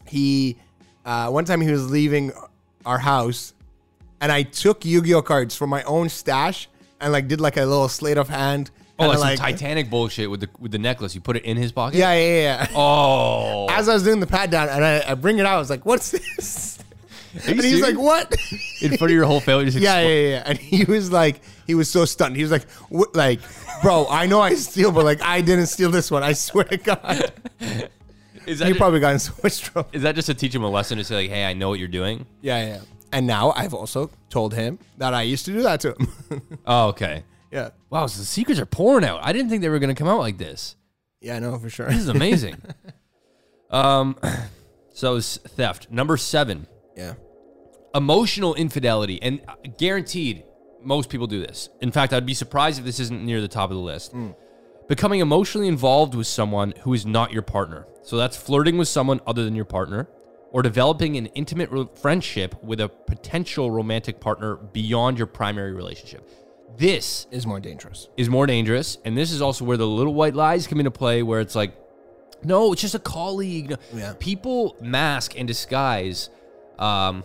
C: he uh, one time he was leaving our house, and I took Yu-Gi-Oh cards from my own stash and like did like a little sleight of hand.
B: Oh, like,
C: kinda like
B: some Titanic bullshit with the with the necklace. You put it in his pocket.
C: yeah, yeah, yeah.
B: Oh,
C: As I was doing the pat down, and I, I bring it out, I was like, "What's this?"
B: Are you
C: And he's
B: serious?
C: like, "What?"
B: in front of your whole family. Just
C: Yeah, yeah, yeah, yeah. And he was like, he was so stunned. He was like, what, like, bro, I know I steal, but like, I didn't steal this one. I swear to God.
B: Is that
C: He
B: just,
C: probably got in so much trouble.
B: is that just to teach him a lesson to say like, hey, I know what you're doing?
C: Yeah, yeah. And now I've also told him that I used to do that to him.
B: Oh, okay.
C: yeah.
B: Wow, so the secrets are pouring out. I didn't think they were going to come out like this.
C: Yeah, I know for sure.
B: This is amazing. um, so it's theft number seven,
C: Yeah.
B: emotional infidelity, and uh, guaranteed most people do this. In fact, I'd be surprised if this isn't near the top of the list. Becoming emotionally involved with someone who is not your partner. So that's flirting with someone other than your partner, or developing an intimate re- friendship with a potential romantic partner beyond your primary relationship. This
C: Is more dangerous.
B: is more dangerous. And this is also where the little white lies come into play, where it's like, no, it's just a colleague. No-
C: Yeah.
B: People mask and disguise um,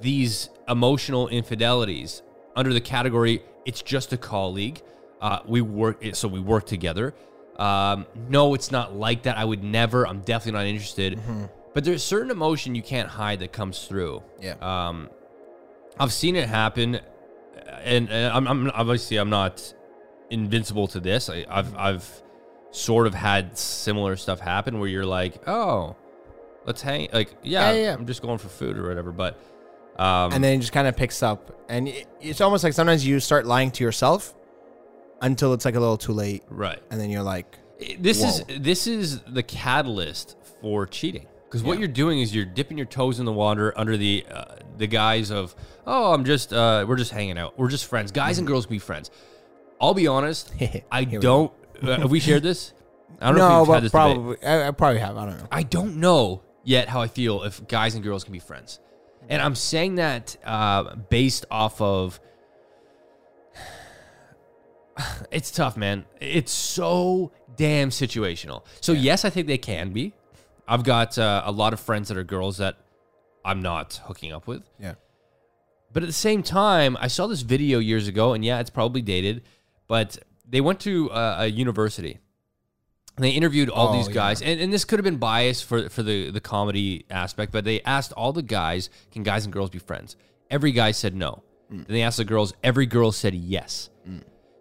B: these emotional infidelities under the category, it's just a colleague. Uh, we work, so we work together. Um, no, it's not like that. I would never, I'm definitely not interested. But there's certain emotion you can't hide that comes through.
C: Yeah.
B: Um, I've seen it happen, and, and I'm, I'm obviously I'm not invincible to this. I, I've I've sort of had similar stuff happen where you're like, oh, let's hang. Like, yeah,
C: Yeah, yeah, yeah.
B: I'm just going for food or whatever. But um,
C: And then it just kind of picks up. And it, it's almost like sometimes you start lying to yourself until it's like a little too late.
B: right,
C: And then you're like,
B: this
C: Whoa.
B: is this is the catalyst for cheating because what you're doing is you're dipping your toes in the water under the uh, the guise of oh I'm just uh, we're just hanging out we're just friends guys and girls be friends. I'll be honest, I
C: Mm-hmm. Here we
B: don't. uh, have we shared this? I don't know
C: no,
B: if we've had
C: but
B: this debate.
C: probably, I, I probably have. I don't know.
B: I don't know yet how I feel if guys and girls can be friends. And I'm saying that uh, based off of. It's tough, man. It's so damn situational. So, yes, I think they can be. I've got uh, a lot of friends that are girls that I'm not hooking up with.
C: Yeah.
B: But at the same time, I saw this video years ago, and yeah, it's probably dated, but they went to uh, a university. And they interviewed all
C: Oh,
B: these
C: yeah.
B: guys, and, and this could have been biased for, for the, the comedy aspect, but they asked all the guys, can guys and girls be friends? Every guy said no.
C: Mm.
B: Then they asked the girls, every girl said yes.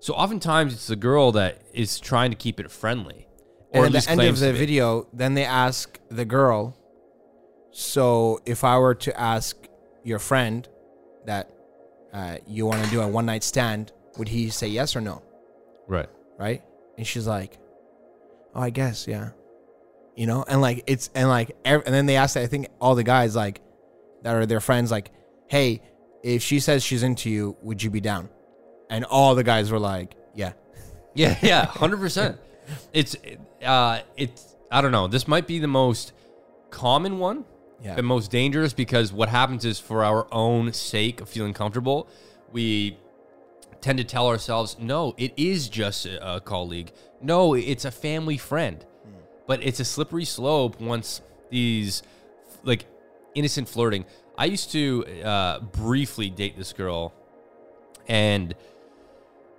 B: So oftentimes it's the girl that is trying to keep it friendly.
C: and at the end of
B: claims to
C: the
B: be.
C: video, then they ask the girl, "So if I were to ask your friend that uh, you want to do a one night stand, would he say yes or no?"
B: Right.
C: Right? And she's like, "Oh, I guess, yeah." You know, and like it's and like ev- and then they asked I think all the guys like that are their friends like, "Hey, if she says she's into you, would you be down?" And all the guys were like, "Yeah."
B: Yeah, yeah, hundred percent. It's uh, it's I don't know. This might be the most common one,
C: Yeah.
B: the most dangerous because what happens is for our own sake of feeling comfortable, we tend to tell ourselves, no, it is just a, a colleague. No, it's a family friend. But it's a slippery slope once these like innocent flirting. I used to uh, briefly date this girl and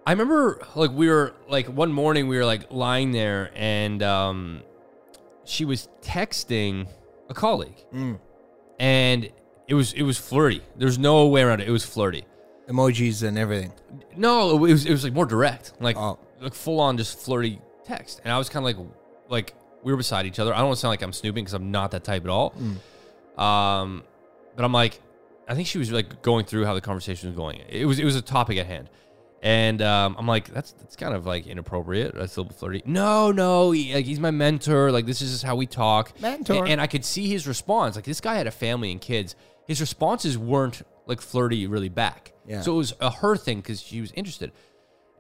B: I remember like we were like one morning we were like lying there and um she was texting a colleague. And it was it was flirty. There's no way around it. It was flirty.
C: Emojis and everything.
B: No, it was it was like more direct, like
C: Oh.
B: like full on just flirty text. And I was kind of like like we were beside each other. I don't want to sound like I'm snooping because I'm not that type at all.
C: Mm.
B: Um, but I'm like, I think she was like going through how the conversation was going. It was it was a topic at hand, and um, I'm like, that's that's kind of like inappropriate. That's a little flirty. No, no, he- like he's my mentor. Like this is just how we talk.
C: Mentor.
B: And, and I could see his response. Like this guy had a family and kids. His responses weren't like flirty really back.
C: Yeah.
B: So it was a her thing because she was interested,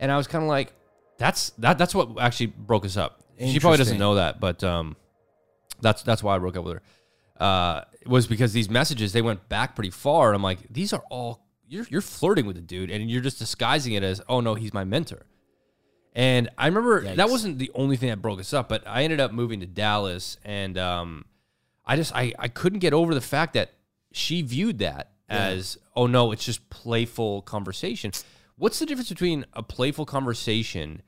B: and I was kind of like, that's that that's what actually broke us up. She probably doesn't
C: Interesting.
B: know that, but um, that's that's why I broke up with her uh, was because these messages they went back pretty far. I'm like, these are all you're you're flirting with the dude, and you're just disguising it as, oh no, he's my mentor. And I remember that wasn't the only thing that broke us up, but I ended up moving to Dallas, and um, I just I I couldn't get over the fact that she viewed that as, oh no, it's just playful conversation. What's the difference between a playful conversation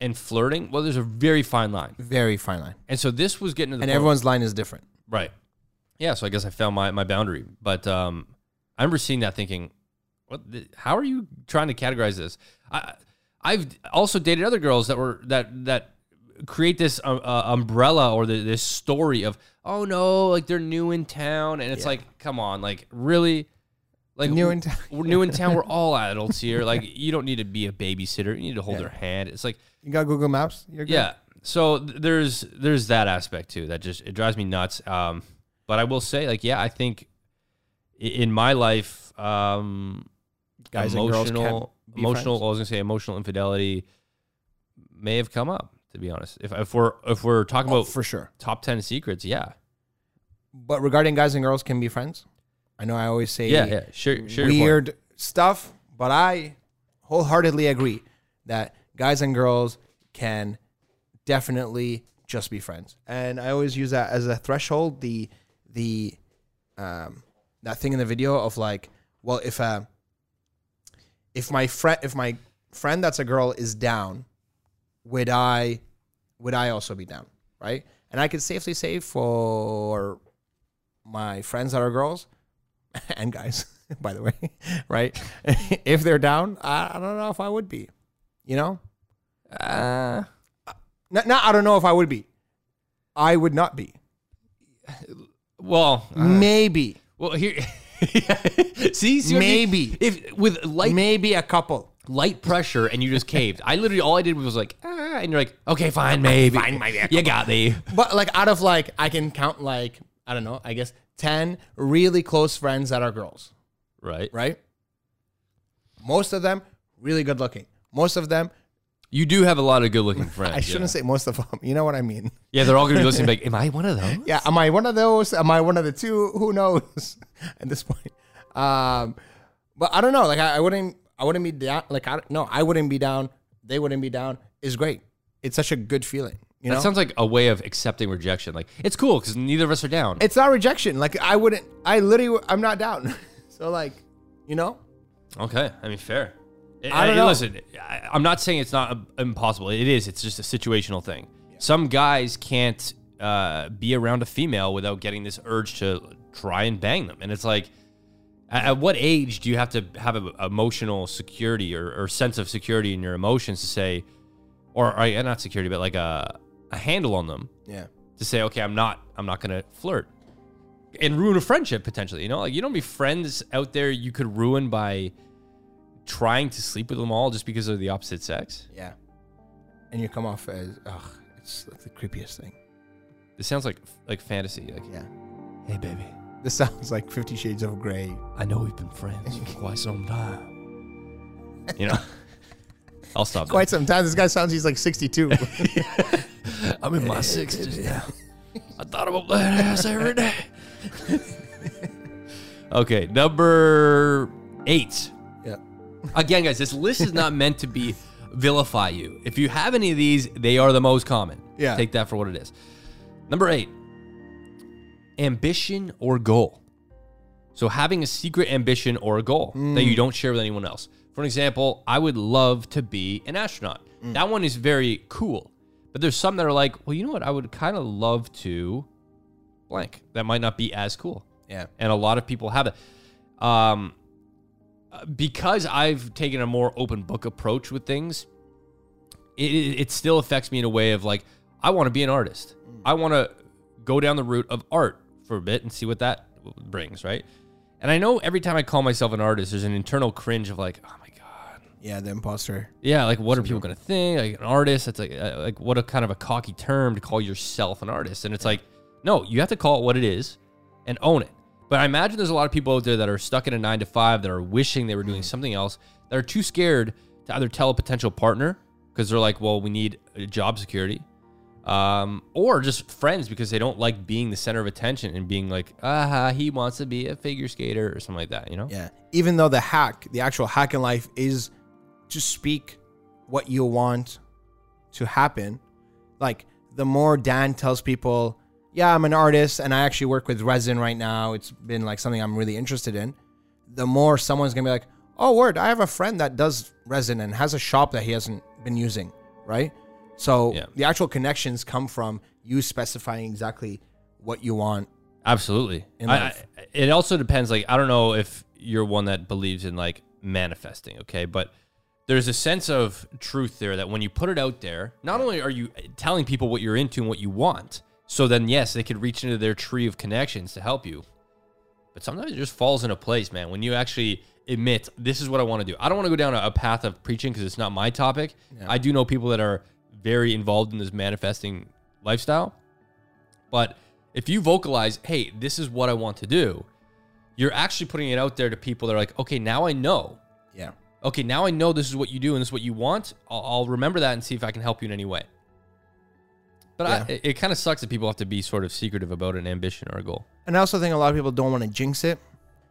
B: and flirting? Well, there's a very fine line,
C: Very fine line.
B: and so this was getting to the
C: And
B: point-
C: everyone's line is different.
B: Right. Yeah. So I guess I found my, my boundary. But um, I remember seeing that thinking, what? The, how are you trying to categorize this? I I've also dated other girls that were that that create this um, uh, umbrella or the, this story of oh no like they're new in town and it's like come on like really like
C: New in town.
B: we're new in town we're all adults here like you don't need to be a babysitter you need to hold their hand it's like
C: You got Google Maps? You're good.
B: yeah. So th- there's there's that aspect too that just it drives me nuts. Um, but I will say, like, yeah, I think i- in my life, um,
C: Guys and girls
B: emotional,
C: can't be
B: emotional.
C: friends?
B: I was gonna say emotional infidelity may have come up. To be honest, if if we're if we're talking
C: Oh,
B: about
C: for sure.
B: top ten secrets, yeah,
C: But regarding guys and girls can be friends. I know I always say
B: yeah, yeah, sure, sure.
C: weird stuff, but I wholeheartedly agree that guys and girls can definitely just be friends. And I always use that as a threshold. The the um, that thing in the video of like, well, if a if my friend if my friend that's a girl is down, would I would I also be down, right? And I could safely say for my friends that are girls, and guys, by the way, right? if they're down, I, I don't know if I would be, you know?
B: Uh,
C: Not, not I don't know if I would be. I would not be.
B: well,
C: maybe,
B: well here. see, see what I mean?
C: Maybe.
B: if with light
C: maybe a couple.
B: light pressure and you just caved. I literally all I did was like, ah, and you're like, okay, fine, maybe, fine, maybe, you got me.
C: But like out of like, I can count like, I don't know, I guess 10 really close friends that are girls,
B: Right.
C: right? Most of them really good looking. Most of them,
B: You do have a lot of good-looking friends.
C: I shouldn't
B: yeah.
C: say most of them. You know what I mean?
B: Yeah, they're all gonna be listening. Like, am I one of those?
C: yeah am i one of those am i one of the two who knows at this point um but i don't know like i, I wouldn't i wouldn't be down like i don't- no i wouldn't be down they wouldn't be down is great it's such a good feeling you
B: That
C: know
B: sounds like a way of accepting rejection. Like, it's cool because neither of us are down.
C: it's not rejection like i wouldn't i literally i'm not down so like you know
B: okay, I mean, fair.
C: I don't know.
B: Listen, I, I'm not saying it's not im- impossible. It is. It's just a situational thing. Some guys can't uh, be around a female without getting this urge to try and bang them, and it's like. At, at what age do you have to have a, emotional security or, or sense of security in your emotions to say, or uh, not security, but like a, a handle on them
C: yeah
B: to say, okay, I'm not, I'm not gonna flirt and ruin a friendship potentially. You know, like you don't be friends out there you could ruin by trying to sleep with them all just because they're the opposite sex.
C: yeah and you come off as ugh it's like the creepiest thing
B: This sounds like like fantasy. Like,
C: yeah
B: hey, baby,
C: this sounds like 50 shades of gray
B: I know we've been friends for quite some time. You know, I'll stop. there.
C: quite sometimes this guy sounds he's like 62
B: I'm in my sixties now. I thought about that ass every day. okay, number eight.
C: yeah
B: Again, guys, this list is not meant to be vilify you. If you have any of these, they are the most common.
C: Yeah.
B: Take that for what it is. Number eight, ambition or goal. So having a secret ambition or a goal that you don't share with anyone else. For an example, I would love to be an astronaut. That one is very cool. But there's some that are like, well, you know what? I would kind of love to blank. That might not be as cool.
C: Yeah.
B: And a lot of people have it. Um, uh, because I've taken a more open book approach with things, it, it it still affects me in a way of like, I want to be an artist. I want to go down the route of art for a bit and see what that brings, right? And I know every time I call myself an artist, there's an internal cringe of like, oh my God.
C: Yeah, the imposter.
B: Yeah, like what are people going to think? Like an artist, that's like uh, like what a kind of a cocky term to call yourself an artist. And it's like, no, you have to call it what it is and own it. But I imagine there's a lot of people out there that are stuck in a 9 to 5 that are wishing they were doing something else that are too scared to either tell a potential partner because they're like, well, we need uh, job security. Um, or just friends because they don't like being the center of attention and being like, ah, he wants to be a figure skater or something like that, you know?
C: Yeah. Even though the hack, the actual hack in life is to speak what you want to happen. Like the more Dan tells people, yeah, I'm an artist and I actually work with resin right now. It's been like something I'm really interested in. The more someone's going to be like, oh, word, I have a friend that does resin and has a shop that he hasn't been using. Right. So
B: Yeah.
C: the actual connections come from you specifying exactly what you want.
B: Absolutely.
C: in
B: I-
C: life.
B: I- it also depends. Like, I don't know if you're one that believes in like manifesting, okay? But there's a sense of truth there that when you put it out there, not only are you telling people what you're into and what you want, so then yes, they could reach into their tree of connections to help you. But sometimes it just falls into place, man. When you actually admit, this is what I want to do. I don't want to go down a, a path of preaching because it's not my topic. I do know people that are very involved in this manifesting lifestyle. But if you vocalize, hey, this is what I want to do, you're actually putting it out there to people that are like, okay, now I know.
C: Yeah.
B: Okay, now I know this is what you do and this is what you want. I'll, I'll remember that and see if I can help you in any way. But I,
C: Yeah.
B: it, kind of sucks that people have to be sort of secretive about an ambition or a goal.
C: And I also think a lot of people don't want to jinx it,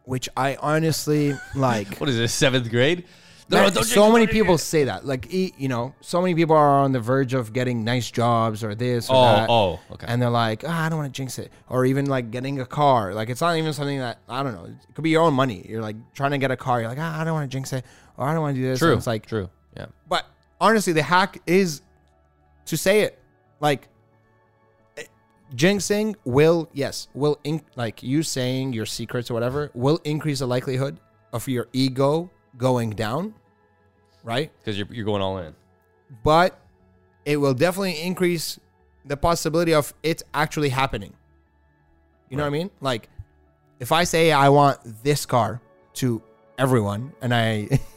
C: which I honestly like.
B: What is this, seventh grade?
C: Man,
B: don't
C: so
B: jinx
C: many
B: it.
C: people say that. Like, e- you know, so many people are on the verge of getting nice jobs or this or
B: Oh,
C: that.
B: oh, okay.
C: And they're like, ah, I don't want to jinx it. Or even like getting a car. Like, it's not even something that, I don't know. It could be your own money. You're like trying to get a car. You're like, ah, I don't want to jinx it. Or I don't want to do this.
B: True.
C: And it's like,
B: true. Yeah.
C: but honestly, the hack is to say it. Like eh, jinxing will, yes, will inc- like you saying your secrets or whatever will increase the likelihood of your ego going down, right?
B: Because you're, you're going all in.
C: But it will definitely increase the possibility of it actually happening. You know what I mean? Like if I say I want this car to everyone and I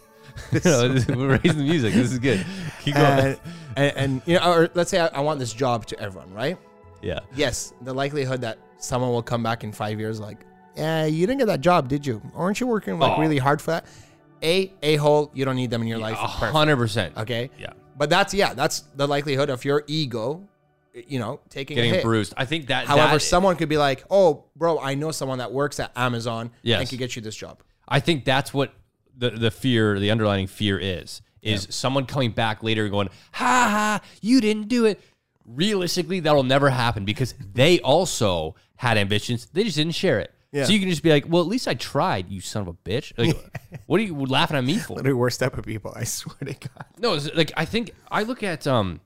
B: We're raising the music. This is good. Keep going.
C: and, and, and you know, or let's say I, I want this job to everyone, right?
B: yeah.
C: Yes, the likelihood that someone will come back in five years, like, yeah, you didn't get that job, did you? Aren't you working like
B: Oh.
C: really hard for that? A a hole, you don't need them in your life.
B: A
C: Perfect.
B: hundred percent.
C: Okay.
B: Yeah.
C: But that's yeah, that's the likelihood of your ego, you know, taking a
B: Getting
C: hit.
B: bruised. I think that.
C: However,
B: that-
C: someone could be like, "Oh, bro, I know someone that works at Amazon
B: Yes.
C: and could get you this job."
B: I think that's what the the fear, the underlining fear is, is someone coming back later and going, "Ha ha, you didn't do it." Realistically, that'll never happen because they also had ambitions. They just didn't share it.
C: Yeah.
B: So you can just be like, "Well, at least I tried, you son of a bitch." Like, what are you laughing at me for?
C: worst type of people, I swear to God.
B: No, it's like I think I look at um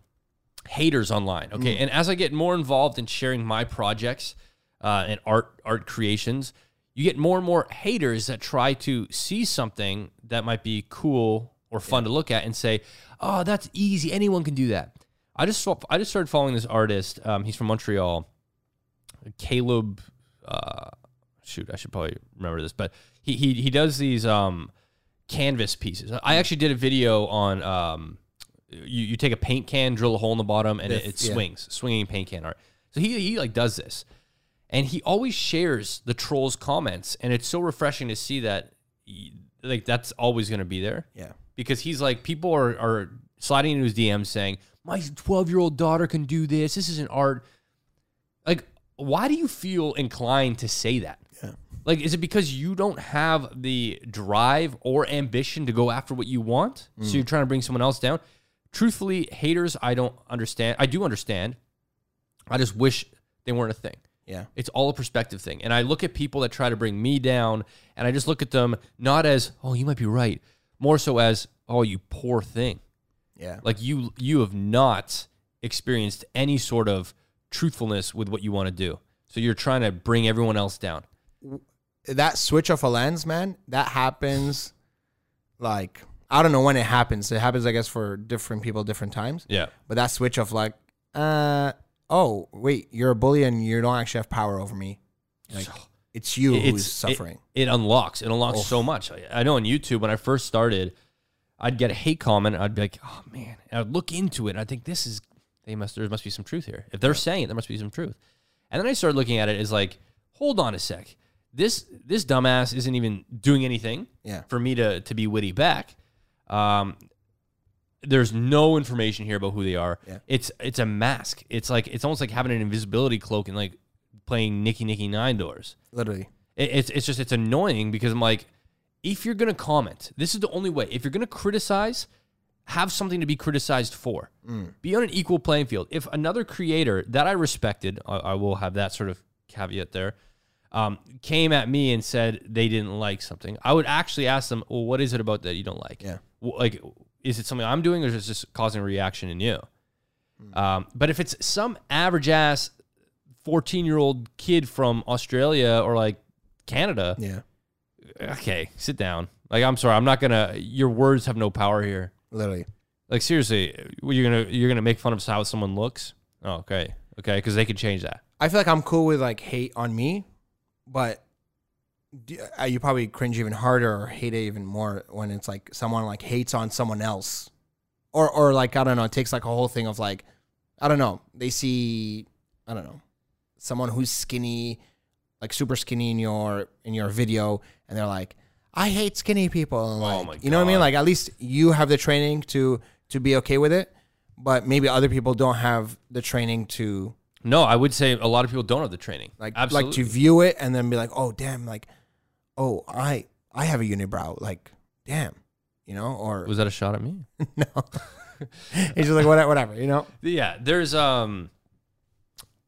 B: haters online. Okay, and as I get more involved in sharing my projects uh, and art art creations, you get more and more haters that try to see something that might be cool or fun to look at and say, "Oh, that's easy. Anyone can do that." I just saw- I just started following this artist. Um, he's from Montreal, Caleb. Uh, shoot, I should probably remember this, but he he he does these um canvas pieces. I actually did a video on um, you, you take a paint can, drill a hole in the bottom, and it, it
C: yeah.
B: swings, swinging paint can art. So he he like does this, and he always shares the trolls' comments, and it's so refreshing to see that y- like that's always going to be there
C: Yeah.
B: because he's like people are are sliding into his DMs saying my 12 year old daughter can do this. This isn't art. Like, why do you feel inclined to say that? Yeah. Like, is it because you don't have the drive or ambition to go after what you want? So you're trying to bring someone else down? Truthfully, haters, I don't understand. I do understand. I just wish they weren't a thing.
C: Yeah.
B: It's all a perspective thing. And I look at people that try to bring me down and I just look at them not as, oh, you might be right. more so as, oh, you poor thing.
C: Yeah.
B: Like you you have not experienced any sort of truthfulness with what you want to do. So you're trying to bring everyone else down.
C: that switch off a lens, man, that happens like I don't know when it happens. It happens I guess for different people different times.
B: Yeah.
C: But that switch of like, uh oh, wait, you're a bully and you don't actually have power over me. Like it's you
B: It-
C: who's suffering.
B: It, it unlocks. It unlocks so much. I, I know on YouTube when I first started, I'd get a hate comment. And I'd be like, oh man. And I'd look into it. And I think this is they must there must be some truth here. If they're saying it, there must be some truth. And then I started looking at it as like, hold on a sec. This this dumbass isn't even doing anything
C: Yeah.
B: for me to to be witty back. Um, there's no information here about who they are.
C: Yeah.
B: It's it's a mask. It's like it's almost like having an invisibility cloak and like playing Nicky Nicky Nine Doors.
C: Literally.
B: It, it's it's just it's annoying because I'm like, if you're gonna comment, this is the only way. If you're gonna criticize, have something to be criticized for. Be on an equal playing field. If another creator that I respected, I, I will have that sort of caveat there, um, came at me and said they didn't like something, I would actually ask them, well, what is it about that you don't like?
C: Yeah.
B: W- Like, is it something I'm doing or is it just causing a reaction in you? Um, but if it's some average ass 14 year old kid from Australia or like Canada,
C: Yeah.
B: okay, sit down. Like, I'm sorry, I'm not gonna, your words have no power here.
C: Literally.
B: Like seriously, you're gonna you're gonna make fun of how someone looks? Oh, okay, okay, because they can change that.
C: I feel like I'm cool with like hate on me, but d- uh, you probably cringe even harder or hate it even more when it's like someone like hates on someone else, or or like I don't know, it takes like a whole thing of like I don't know, they see I don't know someone who's skinny, like super skinny in your in your video, and they're like, I hate skinny people. And like,
B: Oh my
C: you know what I mean?
B: God.
C: Like at least you have the training to to be okay with it, but maybe other people don't have the training to
B: No, I would say a lot of people don't have the training.
C: like
B: absolutely,
C: like to view it and then be like oh damn like oh i i have a unibrow like damn you know or
B: was that a shot at me?
C: no it's just like whatever, whatever you know
B: Yeah, there's um,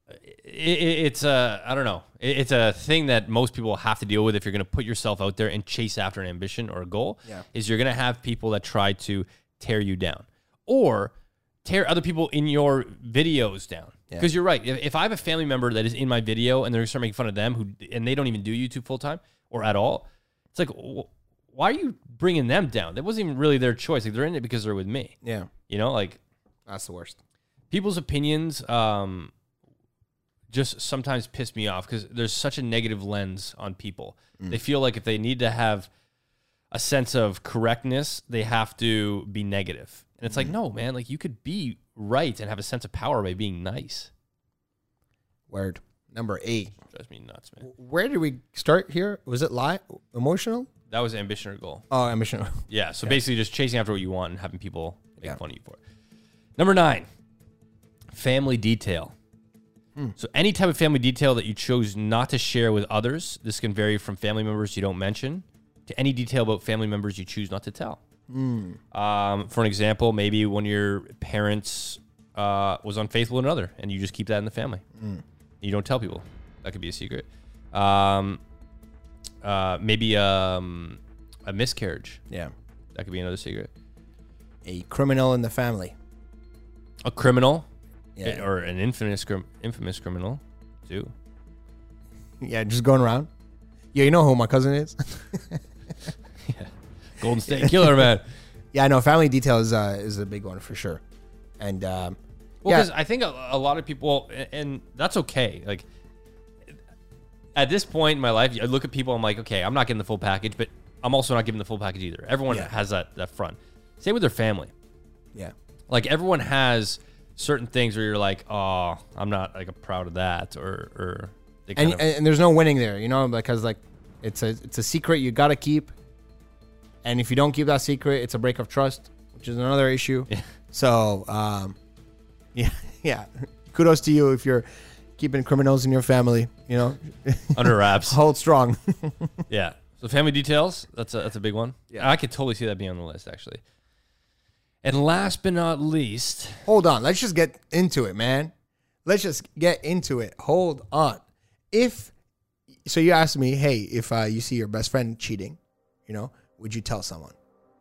B: i i it's a I don't know, it, it's a thing that most people have to deal with if you're gonna put yourself out there and chase after an ambition or a goal.
C: Yeah.
B: is you're gonna have people that try to tear you down or tear other people in your videos down.
C: Yeah.
B: Because you're right. If, if I have a family member that is in my video and they're gonna start making fun of them, who and they don't even do YouTube full time or at all, it's like. wh- Why are you bringing them down? That wasn't even really their choice. Like they're in it because they're with me.
C: yeah
B: You know, like
C: that's the worst
B: people's opinions um, just sometimes piss me off because there's such a negative lens on people. They feel like if they need to have a sense of correctness, they have to be negative. And it's like, no, man, like you could be right and have a sense of power by being nice.
C: word number eight
B: Drives me nuts, man.
C: where did we start here was it lie emotional
B: That was ambition or goal.
C: oh emotional
B: Yeah. So basically, just chasing after what you want and having people make
C: Yeah.
B: fun of you for it. Number nine, family detail. So any type of family detail that you chose not to share with others, this can vary from family members you don't mention to any detail about family members you choose not to tell. Um, for an example, maybe one of your parents uh, was unfaithful to another, and you just keep that in the family. You don't tell people. That could be a secret. Um, uh, maybe um, a miscarriage.
C: yeah
B: That could be another secret.
C: a criminal in the family
B: A criminal,
C: yeah
B: or an infamous crim- infamous criminal, too.
C: yeah just going around yeah you know who my cousin is
B: Golden State Killer, man.
C: yeah i know family details uh, is a big one for sure and um
B: Well,
C: Yeah.
B: because I think a, a lot of people, and, and that's okay. Like at this point in my life, I look at people. I'm like, okay, I'm not getting the full package, but I'm also not giving the full package either. Everyone
C: Yeah.
B: has that that front. Same with their family.
C: yeah
B: like everyone has certain things where you're like, oh, I'm not like proud of that, or or they kind
C: and,
B: of,
C: and and there's no winning there, you know, because like it's a it's a secret you gotta keep, and if you don't keep that secret, it's a break of trust, which is another issue. So, um, yeah, yeah. Kudos to you if you're keeping criminals in your family. You know,
B: under wraps.
C: hold strong.
B: yeah. So family details, that's a that's a big one. Yeah, I could totally see that being on the list actually. And last but not least,
C: hold on. Let's just get into it, man. Let's just get into it. Hold on. If so, you asked me, hey, if uh, you see your best friend cheating, you know, would you tell someone?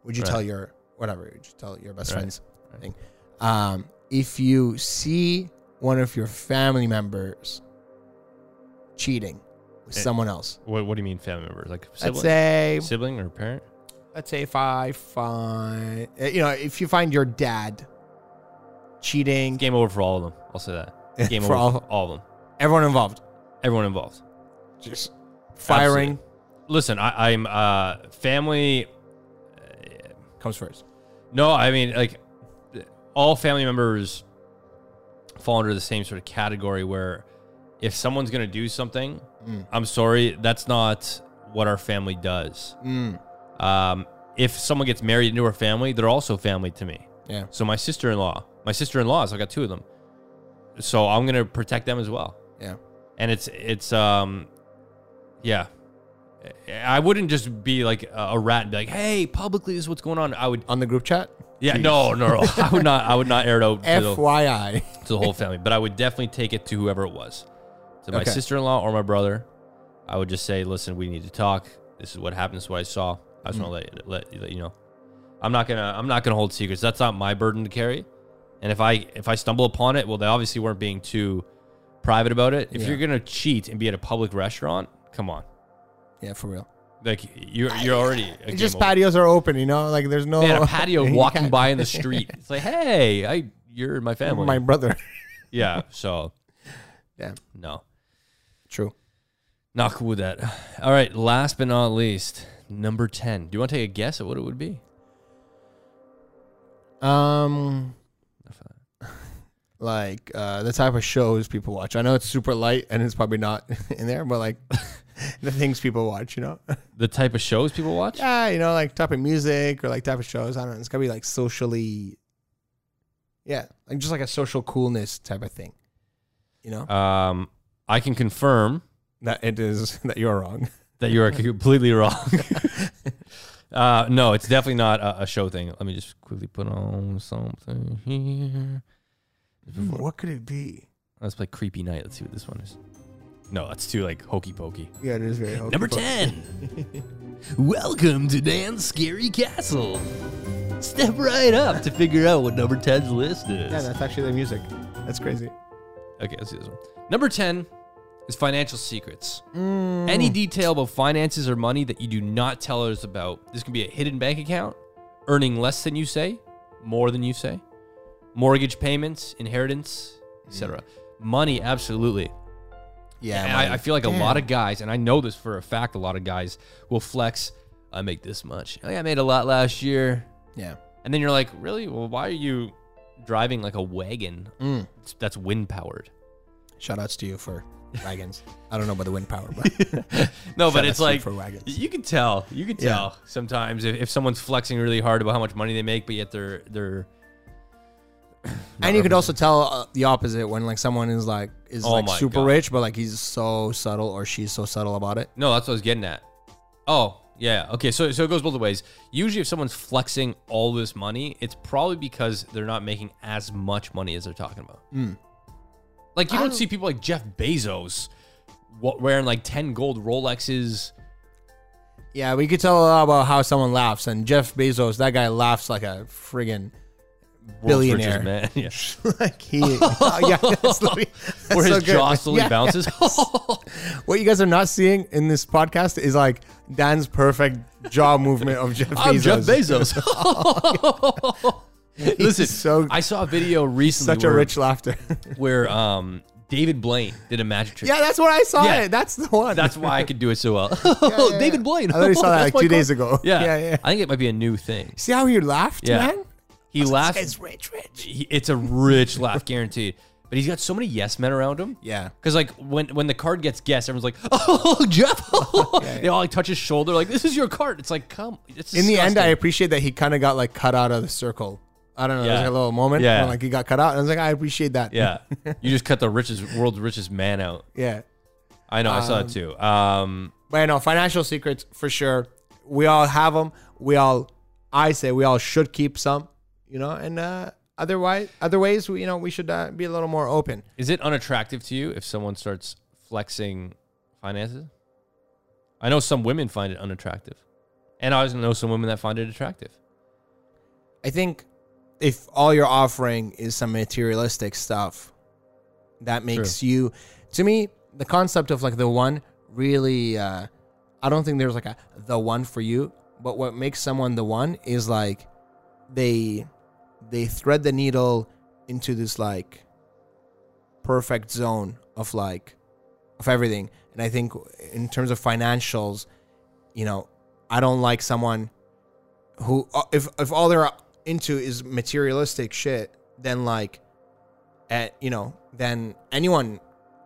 C: would you
B: Right.
C: tell your whatever? Would you tell your best
B: Right.
C: friends thing? Um, if you see one of your family members cheating with
B: Eh.
C: someone else,
B: What, what do you mean family members? Like
C: let's
B: sibling,
C: say
B: sibling or parent?
C: let's say if I find eh, you know if you find your dad cheating,
B: Game over for all of them. I'll say that. Game over
C: For all-
B: for all of them.
C: everyone involved
B: Everyone involved.
C: just firing
B: Listen, I, I'm uh, family.
C: comes first.
B: No, I mean like all family members fall under the same sort of category where if someone's gonna do something,
C: Mm.
B: I'm sorry, that's not what our family does.
C: Mm,
B: Um, if someone gets married into our family, they're also family to me.
C: Yeah.
B: So my sister in law, my sister in laws, I got two of them. So I'm gonna protect them as well.
C: Yeah.
B: And it's it's um, yeah. I wouldn't just be like a a rat and be like, "Hey, publicly, this is what's going on." I would
C: On the group chat,
B: yeah, no, no, no. I would not. I would not air it out to, the,
C: FYI.
B: to the whole family, but I would definitely take it to whoever it was, to my
C: Okay.
B: sister-in-law or my brother. I would just say, "Listen, we need to talk. This is what happened. This is what I saw. I
C: Mm.
B: just want to let, let let you know. I'm not gonna. I'm not gonna hold secrets. That's not my burden to carry. And if I if I stumble upon it, well, they obviously weren't being too private about it. If
C: Yeah.
B: you're gonna cheat and be at a public restaurant, come on,
C: Yeah, for real.
B: like you're you're already a
C: It's just
B: game over.
C: patios are open, you know. Like there's no
B: Man, a patio
C: You
B: walking
C: can't-
B: by in the street. It's like, hey, I you're in my family.
C: My brother.
B: Yeah. So,
C: Damn.
B: no,
C: True.
B: not cool with that. All right. Last but not least, number 10. Do you want to take a guess at what it would be?
C: Um, like uh, the type of shows people watch. I know it's super light and it's probably not in there, but like the things people watch, you know.
B: The type of shows people watch?
C: yeah, you know, like type of music or like type of shows. I don't know. It's gotta be like socially. Yeah, like just like a social coolness type of thing. You know
B: Um, I can confirm
C: Uh, that it is that you're wrong.
B: that you are completely wrong. uh, no, it's definitely not a, a show thing. Let me just quickly put on something here.
C: What could it be?
B: Let's play Creepy Night. Let's see what this one is. No, that's too like hokey pokey.
C: Yeah, it is very hokey
B: Number
C: pokey.
B: 10. Welcome to Dan's Scary Castle. Step right up to figure out what number 10's list is.
C: Yeah, that's actually the music. That's crazy.
B: okay, let's see this one. Number 10 is financial secrets. Any detail about finances or money that you do not tell others about. This can be a hidden bank account, earning less than you say, more than you say, mortgage payments, inheritance, etc. Money, absolutely.
C: Yeah,
B: And I, I feel like a lot of guys, and I know this for a fact, a lot of guys will flex. I make this much. Oh, yeah, I made a lot last year.
C: yeah.
B: And then you're like, really? Well, why are you driving like a wagon It's- that's wind powered?
C: Shout outs to you for wagons. I don't know about the wind power, but
B: No, but it's
C: Shout out to you
B: like,
C: for wagons.
B: you can tell. You can
C: Yeah.
B: tell sometimes if, if someone's flexing really hard about how much money they make, but yet they're, they're
C: and you could also tell uh, the opposite when like someone is like is
B: Oh
C: like
B: my
C: super
B: God.
C: rich, but like he's so subtle or she's so subtle about it.
B: No, that's what I was getting at. Oh, yeah. Okay, so so it goes both ways. Usually if someone's flexing all this money, it's probably because they're not making as much money as they're talking about.
C: Hmm.
B: Like you don't see people like Jeff Bezos wa- wearing like 10 gold Rolexes.
C: Yeah, we could tell a lot about how someone laughs. And Jeff Bezos, that guy laughs like a friggin'
B: world's richest
C: Billionaire.
B: man. Yeah.
C: like he. oh, yeah, that's, literally- that's
B: Where
C: so
B: his
C: good.
B: jaw slowly
C: Yeah.
B: bounces.
C: What you guys are not seeing in this podcast is like Dan's perfect jaw movement of Jeff
B: I'm
C: Bezos.
B: Jeff Bezos. Listen,
C: so-
B: I saw a video recently
C: Such a
B: where,
C: rich laughter.
B: where um David Blaine did a magic trick.
C: yeah, that's what I saw.
B: Yeah.
C: It. That's the one.
B: That's why I could do it so well.
C: yeah,
B: David
C: yeah.
B: Blaine.
C: I literally saw that
B: That's
C: like
B: my
C: two
B: car-
C: days ago.
B: Yeah.
C: yeah, yeah.
B: I think it might be a new thing.
C: See how he laughed,
B: Yeah.
C: man?
B: He laughs.
C: It's rich, rich.
B: he- it's a rich laugh, guaranteed. But he's got so many yes men around him.
C: Yeah.
B: Because like when when the card gets guessed, everyone's like, "Oh, Jeff!" They all like touch his shoulder, like, "This is your card." It's like, come. It's
C: In the end, I
B: disgusting.
C: appreciate that he kind of got like cut out of the circle. I don't know. There's
B: Yeah.
C: like a little moment
B: Yeah.
C: when like he got cut out. And I was like, I appreciate that.
B: yeah, you just cut the richest world's richest man out.
C: Yeah.
B: I know, I saw it too. Um,
C: But you know, financial secrets for sure. We all have them. We all, I say, we all should keep some. You know, and uh, otherwise, other ways, we, you know, we should uh, be a little more open.
B: Is it unattractive to you if someone starts flexing finances? I know some women find it unattractive. And I also know some women that find it attractive.
C: I think if all you're offering is some materialistic stuff, that makes you. To me, the concept of like the one really. Uh, I don't think there's like a the one for you, but what makes someone the one is like they they thread the needle into this like perfect zone of like of everything. And I think in terms of financials, you know, I don't like someone who uh, if if all they're into is materialistic shit, then like at you know, then anyone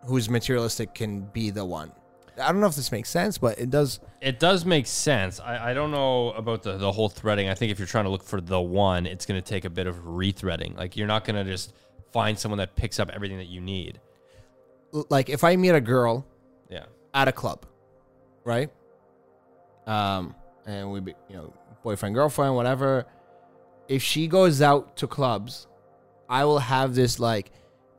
C: who's materialistic can be the one. I don't know if this makes sense, but it does.
B: It does make sense. I, I don't know about the, the whole threading. I think if you're trying to look for the one, it's going to take a bit of rethreading. Like you're not going to just find someone that picks up everything that you need.
C: Like if I meet a girl
B: Yeah.
C: at a club, right? Um, and we be you know boyfriend girlfriend whatever. If she goes out to clubs, I will have this like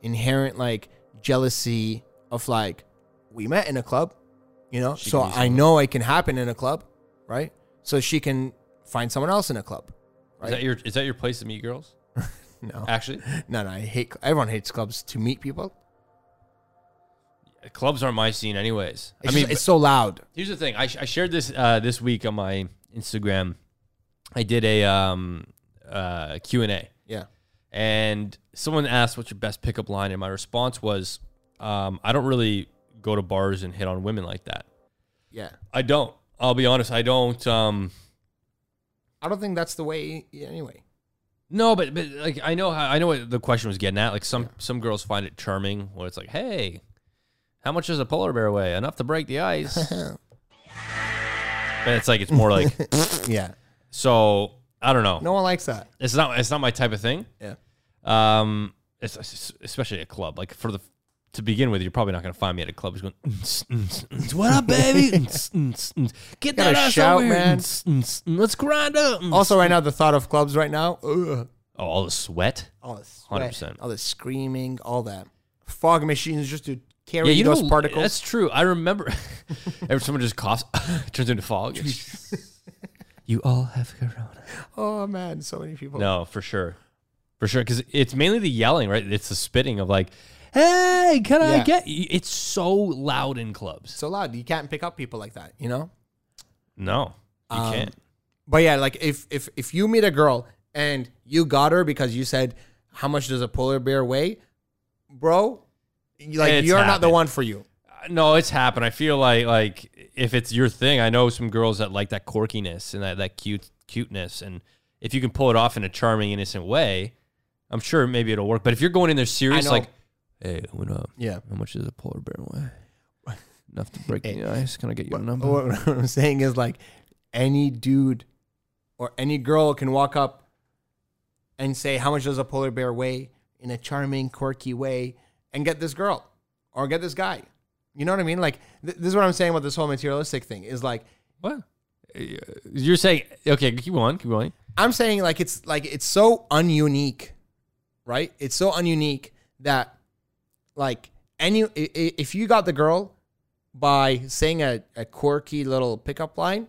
C: inherent like jealousy of like we met in a club, you know.
B: She
C: so
B: can be
C: I know it can happen in a club, right? So she can find someone else in a club,
B: Is
C: right?
B: that your is that your place to meet girls?
C: no,
B: Actually,
C: no, no. I hate. Everyone hates clubs to meet people.
B: clubs aren't my scene, anyways.
C: It's
B: I mean,
C: just- it's so loud.
B: Here's the thing. I, sh- I shared this uh, this week on my Instagram. I did a um, uh, Q and A,
C: Yeah.
B: and someone asked, "What's your best pickup line?" And my response was, um, "I don't really go to bars and hit on women like that.
C: Yeah.
B: I don't. I'll be honest. I don't. Um,
C: I don't think that's the way yeah, anyway.
B: no, but, but like I know how, I know what the question was getting at. Like some some girls find it charming when it's like, "Hey, how much does a polar bear weigh? Enough to break the ice." but it's like it's more like
C: Yeah.
B: so. I don't know.
C: No one likes that.
B: It's not. It's not my type of thing.
C: Yeah.
B: Um, es- es- especially at a club. Like for the to begin with, you're probably not going to find me at a club. Just going, "Mm-ts, mm-ts, mm-ts. what up, baby? Mm-ts, mm-ts, mm-ts. Get
C: Gotta
B: that ass
C: shout,
B: over here.
C: man.
B: Mm-ts, mm-ts, mm-ts. Let's grind up. Mm-ts."
C: Also, right now, the thought of clubs right now, ugh,
B: oh, all the sweat.
C: all the sweat,
B: 100%.
C: all the screaming, all that. Fog machines just to carry
B: Yeah, you
C: those
B: know
C: particles.
B: That's true. I remember. every someone just coughs, turns into fog. you all have corona.
C: oh, man, so many people.
B: No, for sure, for sure. Because it's mainly the yelling, right? It's the spitting of like, "Hey, can I
C: Yeah.
B: get?" y- It's so loud in clubs.
C: So loud. You can't pick up people like that, you know?
B: No, you
C: Um,
B: can't.
C: But yeah, like if, if, if you meet a girl and you got her because you said, how much does a polar bear weigh? Bro, you- like
B: It's
C: you're not the
B: happened.
C: one for you.
B: No, it's happened. I feel like like if it's your thing, I know some girls that like that quirkiness and that that cute cuteness, and if you can pull it off in a charming, innocent way, I'm sure maybe it'll work. But if you're going in there serious,
C: know.
B: like, hey, what up?
C: Yeah.
B: How much is a polar bear weigh? Enough to break the ice. Can I get your number?
C: What, what I'm saying is like any dude or any girl can walk up and say, "How much does a polar bear weigh?" in a charming, quirky way, and get this girl or get this guy. You know what I mean? Like th- this is what I'm saying about this whole materialistic thing. Is like
B: What? You're saying okay? Keep on, keep going.
C: I'm saying like it's like it's so ununique, right? It's so ununique that like any i- i- if you got the girl by saying a, a quirky little pickup line,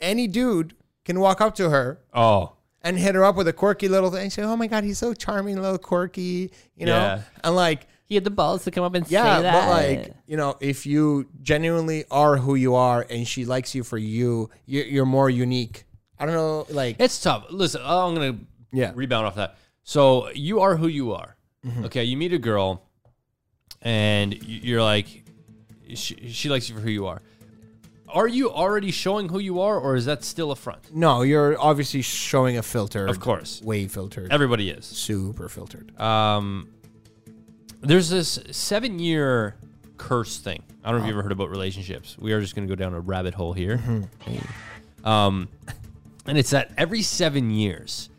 C: any dude can walk up to her
B: Oh,
C: and hit her up with a quirky little thing. Say, oh my god, he's so charming, little quirky, you know,
B: Yeah.
C: and like
D: He had the balls to come up and
C: yeah,
D: say that.
C: but like you know, if you genuinely are who you are and she likes you for you, you're, you're more unique. I don't know, like
B: It's tough. Listen, I'm gonna
C: Yeah.
B: rebound off that. So you are who you are. Okay, you meet a girl, and y- you're like, she, she likes you for who you are. Are you already showing who you are, or is that still a front?
C: No, you're obviously showing a filter.
B: Of course,
C: Way filtered.
B: everybody is.
C: super filtered.
B: Um, there's this seven-year curse thing. I don't know if you ever heard about relationships. We are just gonna go down a rabbit hole here. Um, and it's that every seven years,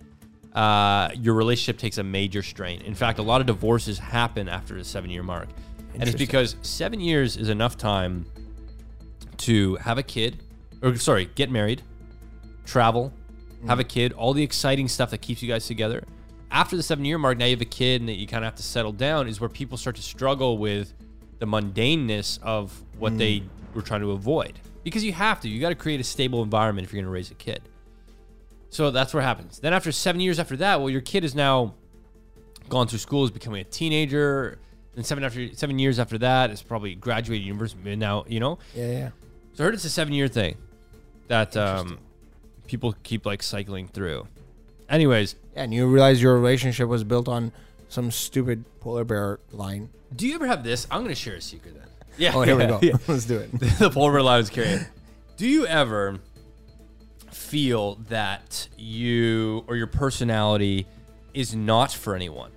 B: uh, your relationship takes a major strain. In fact, a lot of divorces happen after the seven year mark. And it's
C: Interesting.
B: because seven years is enough time to have a kid, or sorry, get married, travel, have a kid, all the exciting stuff that keeps you guys together. After the seven year mark, now you have a kid and that you kind of have to settle down, is where people start to struggle with the mundaneness of what they were trying to avoid. Because you have to, you got to create a stable environment if you're going to raise a kid. So that's what happens. Then after seven years after that, well, your kid is now gone through school, is becoming a teenager. Then seven after seven years after that is probably graduated university now, you know?
C: Yeah, yeah.
B: So I heard it's a seven year thing that um, people keep like cycling through. Anyways,
C: and you realize your relationship was built on some stupid polar bear line.
B: do you ever have this? I'm gonna share a secret then. Yeah.
C: Oh, here we
B: yeah,
C: go.
B: yeah.
C: Let's do it.
B: the polar bear lives carrying. Do you ever feel that you or your personality is not for anyone?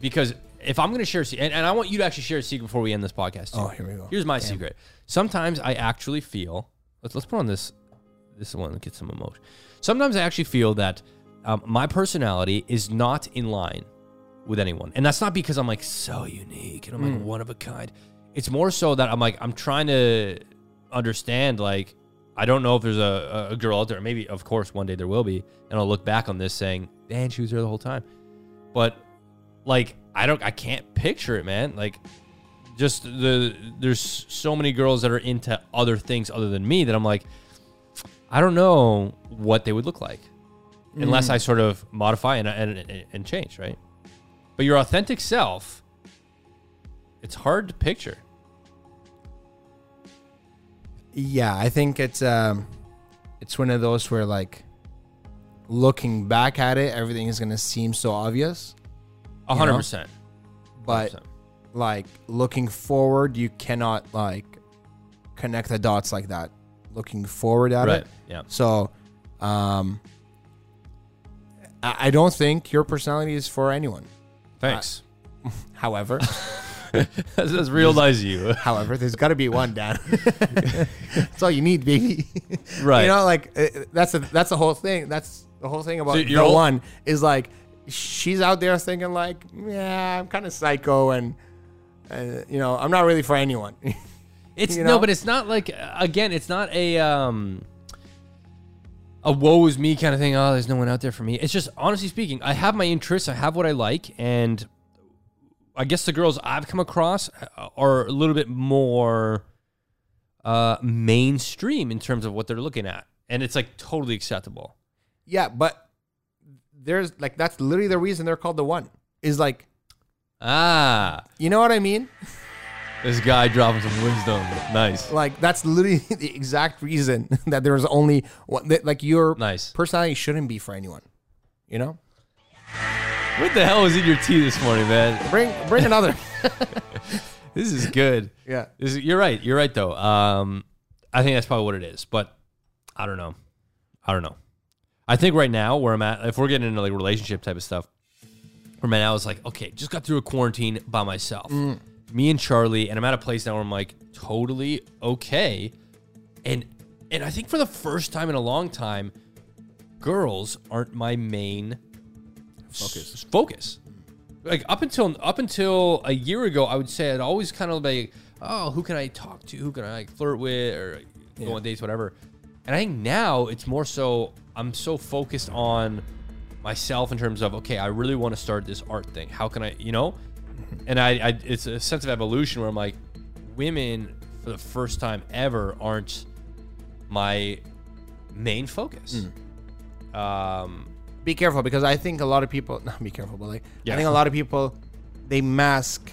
B: Because if I'm going to share, a se- and, and I want you to actually share a secret before we end this podcast. Too.
C: Oh, here we go.
B: Here's my secret. Sometimes I actually feel. Let's let's put on this this one and get some emotion. Sometimes I actually feel that um, my personality is not in line with anyone, and that's not because I'm like so unique and I'm like one of a kind. It's more so that I'm like I'm trying to understand. Like I don't know if there's a, a- a girl out there. Maybe of course one day there will be, and I'll look back on this saying, "Man, she was there the whole time." But like I don't, I can't picture it, man. Like just the there's so many girls that are into other things other than me that I'm like, I don't know what they would look like unless I sort of modify and, and and change, right? But your authentic self, it's hard to picture.
C: Yeah, I think it's um, it's one of those where like looking back at it, everything is gonna seem so obvious,
B: A hundred percent.
C: but like looking forward, you cannot like connect the dots like that. Looking forward at
B: Right.
C: it,
B: Yeah.
C: So, um, I I don't think your personality is for anyone.
B: Thanks.
C: However,
B: that's, that's real nice of you.
C: however, there's got to be one, Dad. that's all you need, baby.
B: Right.
C: You know, like uh, that's a, that's the whole thing. That's the whole thing about
B: So
C: the
B: you're all-
C: one is like she's out there thinking like, yeah, I'm kind of psycho and. Uh, you know, I'm not really for anyone.
B: It's
C: you
B: no,
C: know?
B: but it's not like again, it's not a um a woe is me kind of thing. Oh, there's no one out there for me. It's just honestly speaking, I have my interests, I have what I like, and I guess the girls I've come across uh, are a little bit more uh mainstream in terms of what they're looking at. And it's like totally acceptable.
C: yeah, but there's like that's literally the reason they're called the one. Is like,
B: Ah,
C: you know what I mean?
B: this guy dropping some wisdom. Nice.
C: Like that's literally the exact reason that there was only one. That, like your
B: Nice.
C: personality shouldn't be for anyone. You know,
B: What the hell was in your tea this morning, man?
C: bring bring another.
B: This is good.
C: yeah,
B: This is- you're right. You're right, though. Um, I think that's probably what it is, but I don't know. I don't know. I think right now where I'm at, if we're getting into like relationship type of stuff, where man, I was like, okay, just got through a quarantine by myself, me and Charlie, and I'm at a place now where I'm like totally okay, and and I think for the first time in a long time, girls aren't my main focus. focus like up until up until a year ago, I would say I'd always kind of like, oh, who can I talk to? Who can I like flirt with or go on dates, whatever. And I think now it's more so I'm so focused on myself in terms of okay, I really want to start this art thing. How can I, you know?
C: Mm-hmm.
B: And I, I it's a sense of evolution where I'm like, women for the first time ever aren't my main focus.
C: Mm.
B: Um,
C: be careful because I think a lot of people. Not be careful, but like
B: Yeah.
C: I think a lot of people they mask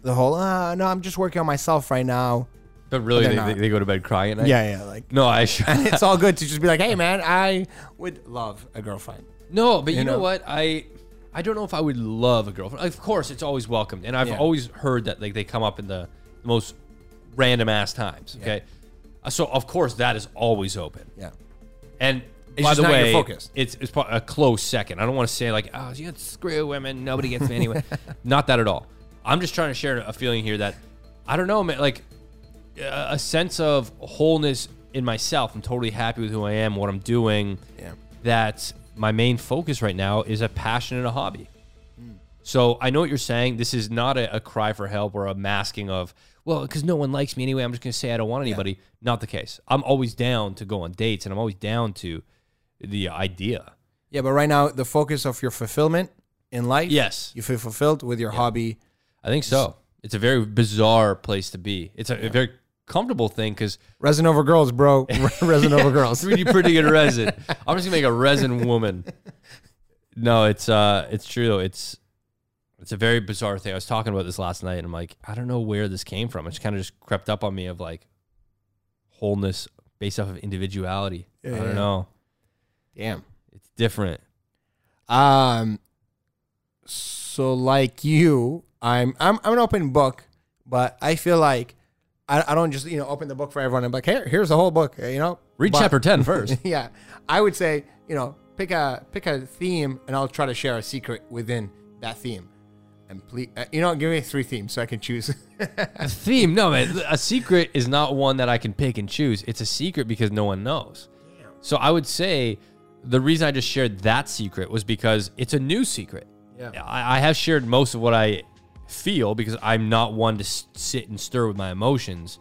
C: the whole. Ah, no, I'm just working on myself right now.
B: but really,
C: they're
B: they,
C: not.
B: they, they go to bed crying at night.
C: Yeah, yeah, like.
B: No, I. Sure.
C: it's all good to just be like, hey man, I would love a girlfriend.
B: No, but you, know,
C: know?
B: what? I I don't know if I would love a girlfriend. Of course, it's always welcomed, and I've
C: Yeah.
B: always heard that like they come up in the most random ass times. Okay, Uh, so of course that is always open.
C: Yeah.
B: And
C: It's
B: by
C: just
B: the
C: not your
B: way,
C: focus.
B: it's it's pro- a close second. I don't want to say like, oh, you screw women, nobody gets me anyway. Not that at all. I'm just trying to share a feeling here that I don't know, man. Like a a sense of wholeness in myself. I'm totally happy with who I am, what I'm doing.
C: Yeah.
B: That my main focus right now is a passion and a hobby. So I know what you're saying. This is not a, a cry for help or a masking of, well, because no one likes me anyway. I'm just going to say I don't want anybody. Not the case. I'm always down to go on dates and I'm always down to the idea.
C: Yeah, but right now the focus of your fulfillment in life.
B: Yes.
C: You feel fulfilled with your hobby.
B: I think so. It's a very bizarre place to be. It's a, a very comfortable thing because
C: Resin over girls, bro. Resin over girls.
B: 3D printing and resin. I'm just gonna make a resin woman. No, it's uh, it's true though. It's it's a very bizarre thing. I was talking about this last night, and I'm like, I don't know where this came from. It's kind of just crept up on me of like wholeness based off of individuality. I
C: Yeah.
B: don't know.
C: Damn.
B: It's different.
C: Um, so like you, I'm I'm I'm an open book, but I feel like I, I don't just you know open the book for everyone. I'm like, here here's the whole book, eh, you know.
B: Read
C: But-
B: chapter 10 first.
C: yeah, I would say you know pick a pick a theme, and I'll try to share a secret within that theme. And please, uh, you know, give me three themes so I can choose.
B: a theme, no man. A secret is not one that I can pick and choose. It's a secret because no one knows. So I would say the reason I just shared that secret was because it's a new secret.
C: Yeah.
B: I, I have shared most of what I feel because I'm not one to s- sit and stir with my emotions,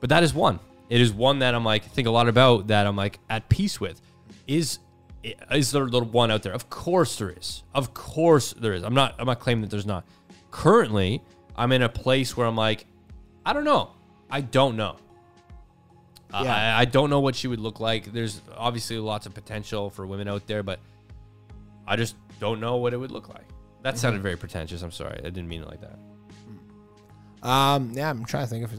B: but that is one. It is one that I'm like think a lot about that I'm like at peace with. Is is there the one out there? Of course there is. Of course there is. I'm not I'm not claiming that there's not. Currently, I'm in a place where I'm like, I don't know. I don't know.
C: Yeah.
B: I, I don't know what she would look like. There's obviously lots of potential for women out there, but I just don't know what it would look like. That sounded very pretentious. I'm sorry. I didn't mean it like that.
C: Um, yeah, I'm trying to think of.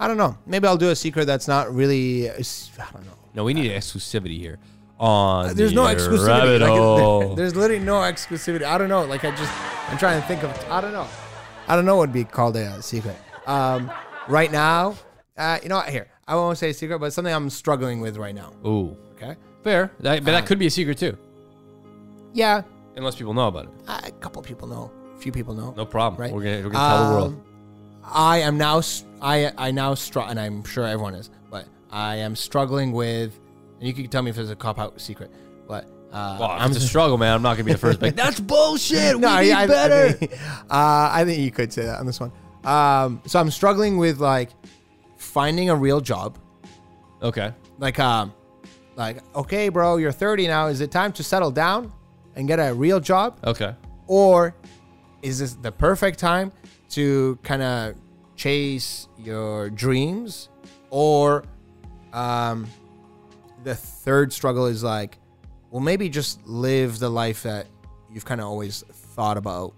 C: I don't know. Maybe I'll do a secret that's not really. it's- I don't know.
B: No, we need exclusivity here. On
C: There's no
B: the
C: exclusivity.
B: rabbit
C: Like,
B: hole.
C: there's literally no exclusivity. I don't know. Like I just, I'm trying to think of. I don't know. I don't know what would be called a secret. Um, right now, uh, you know what? Here, I won't say secret, but something I'm struggling with right now.
B: Ooh,
C: Okay.
B: fair. That, but
C: Uh,
B: that could be a secret too,
C: Yeah,
B: unless people know about it.
C: uh, a couple people know. A few people know.
B: No problem.
C: Right.
B: We're gonna, we're gonna tell the world.
C: Um, I am now. s- I I now struggle, and I'm sure everyone is, but I am struggling with. And you can tell me if there's a cop out secret, but uh,
B: Well, if
C: I'm
B: it's a struggle, man. I'm not gonna be the first. Like that's bullshit.
C: no,
B: we need
C: I, I-
B: better.
C: I think, uh, I think you could say that on this one. Um, so I'm struggling with like finding a real job.
B: okay.
C: Like, um, like okay, bro, you're 30 now. Is it time to settle down and get a real job,
B: Okay.
C: or is this the perfect time to kind of chase your dreams? Or, um, the third struggle is like, well, maybe just live the life that you've kind of always thought about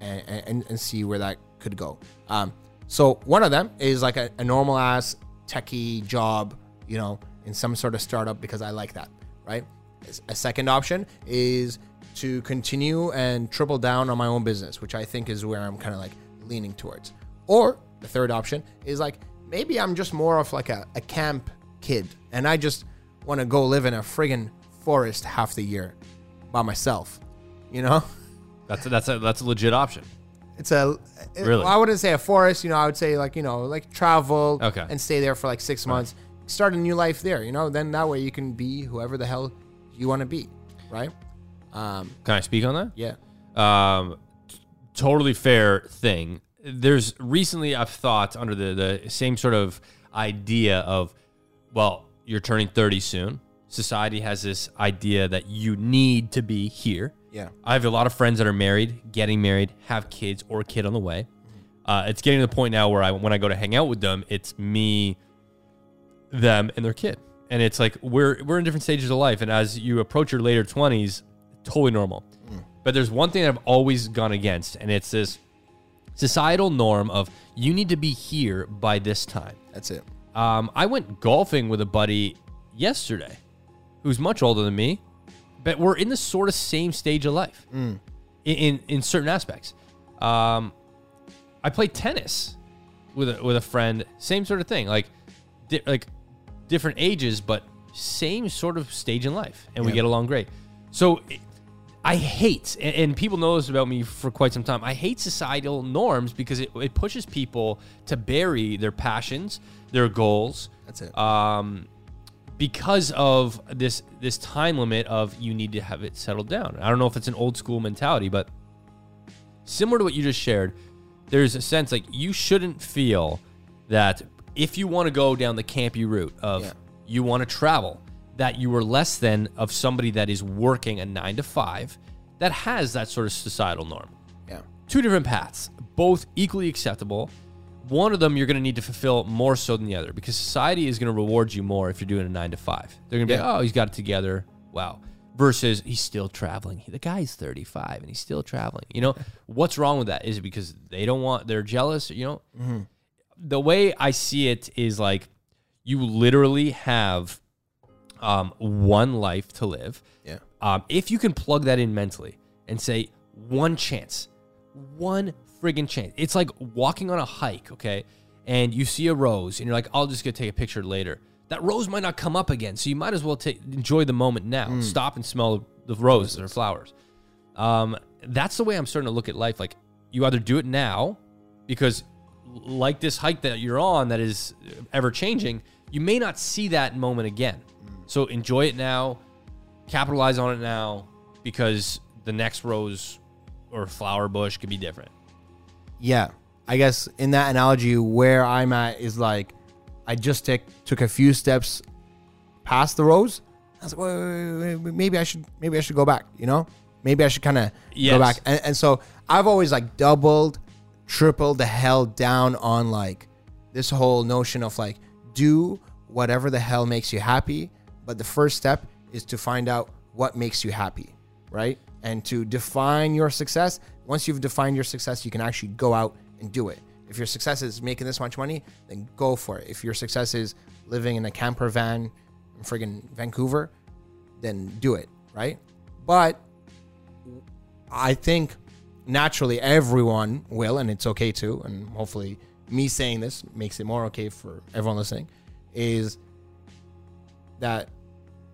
C: and, and, and see where that could go. Um, so one of them is like a, a normal ass techie job, you know, in some sort of startup because I like that, right? As- A second option is to continue and triple down on my own business, which I think is where I'm kind of like leaning towards. Or the third option is like maybe I'm just more of like a, a camp kid and I just want to go live in a friggin' forest half the year by myself, you know?
B: That's a, that's a that's a legit option.
C: It's a it-
B: Really?
C: well, I wouldn't say a forest. You know, I would say like you know, like travel
B: Okay.
C: and stay there for like six months, start a new life there. You know, then that way you can be whoever the hell you want to be, right? Um,
B: Can I speak on that?
C: yeah,
B: um, t- totally fair thing. There's recently I've thought under the, the same sort of idea of, well, you're turning 30 soon. Society has this idea that you need to be here.
C: yeah,
B: I have a lot of friends that are married, getting married, have kids or a kid on the way. Uh, it's getting to the point now where I, when I go to hang out with them, it's me, them, and their kid, and it's like we're we're in different stages of life, and as you approach your later twenties, totally normal. But there's one thing I've always gone against, and it's this societal norm of you need to be here by this time.
C: that's it.
B: Um, I went golfing with a buddy yesterday who's much older than me, but we're in the sort of same stage of life in, in, in certain aspects. Um, I played tennis with a, with a friend, same sort of thing, like di- like different ages, but same sort of stage in life, and we
C: Yeah.
B: get along great. So it- I hate, and, and people know this about me for quite some time. I hate societal norms because it, it pushes people to bury their passions, their goals,
C: That's it.
B: um, because of this this time limit of you need to have it settled down. I don't know if it's an old school mentality, but similar to what you just shared, there's a sense like you shouldn't feel that if you want to go down the campy route of
C: Yeah.
B: you want to travel, that you are less than of somebody that is working a nine to five that has that sort of societal norm
C: yeah,
B: two different paths, both equally acceptable. one of them you're going to need to fulfill more so than the other because society is going to reward you more if you're doing a nine to five. They're going to be
C: Yeah.
B: like, oh, he's got it together. Wow. Versus he's still traveling. He- The guy's 35 and he's still traveling. You know, what's wrong with that? Is it because they don't want, they're jealous? You know,
C: Mm-hmm.
B: the way I see it is like you literally have um, one life to live.
C: Yeah.
B: Um, if you can plug that in mentally and say one chance, one friggin' chance, it's like walking on a hike, okay? And you see a rose, and you're like, "I'll just go take a picture later." That rose might not come up again, so you might as well take, enjoy the moment now. Stop and smell the roses or flowers. Um, that's the way I'm starting to look at life. Like, you either do it now, because like this hike that you're on that is ever changing, you may not see that moment again. So enjoy it now capitalize on it now because the next rose or flower bush could be different.
C: yeah i guess in that analogy where i'm at is like i just take, took a few steps past the rows i was like wait, wait, wait, wait, maybe i should maybe i should go back you know maybe i should kind of
B: Yes.
C: go back and, and so i've always like doubled tripled the hell down on like this whole notion of like do whatever the hell makes you happy but the first step is to find out what makes you happy right and to define your success once you've defined your success you can actually go out and do it if your success is making this much money then go for it if your success is living in a camper van in friggin vancouver then do it right but I think naturally everyone will, and it's okay too. And hopefully, me saying this makes it more okay for everyone listening. Is that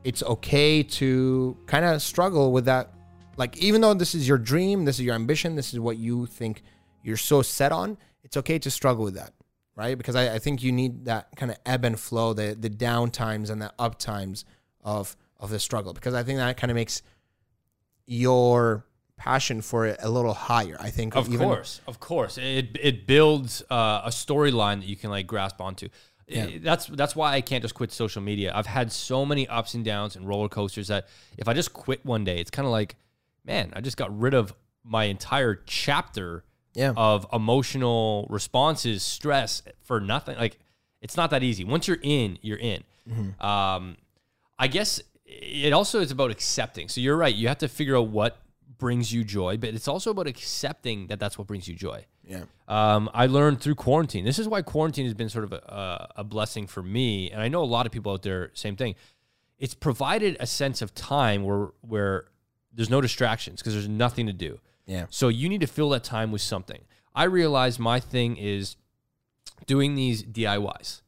C: it's okay to kind of struggle with that. Like, even though this is your dream, this is your ambition, this is what you think you're so set on, it's okay to struggle with that, right? Because I, I think you need that kind of ebb and flow, the the down times and the up times of of the struggle. Because I think that kind of makes your passion for it a little higher. I think
B: Of course, of course, it it builds uh, a storyline that you can like grasp onto. I- That's that's why I can't just quit social media. I've had so many ups and downs and roller coasters that if I just quit one day, it's kind of like, man, I just got rid of my entire chapter
C: Yeah.
B: of emotional responses, stress for nothing. Like it's not that easy. Once you're in, you're in. Um, I guess it also is about accepting. So you're right. You have to figure out what brings you joy, but it's also about accepting that that's what brings you joy.
C: Yeah.
B: Um, I learned through quarantine. This is why quarantine has been sort of a, a blessing for me, and I know a lot of people out there. Same thing. It's provided a sense of time where where there's no distractions because there's nothing to do.
C: Yeah.
B: So you need to fill that time with something. I realize my thing is doing these DIYs.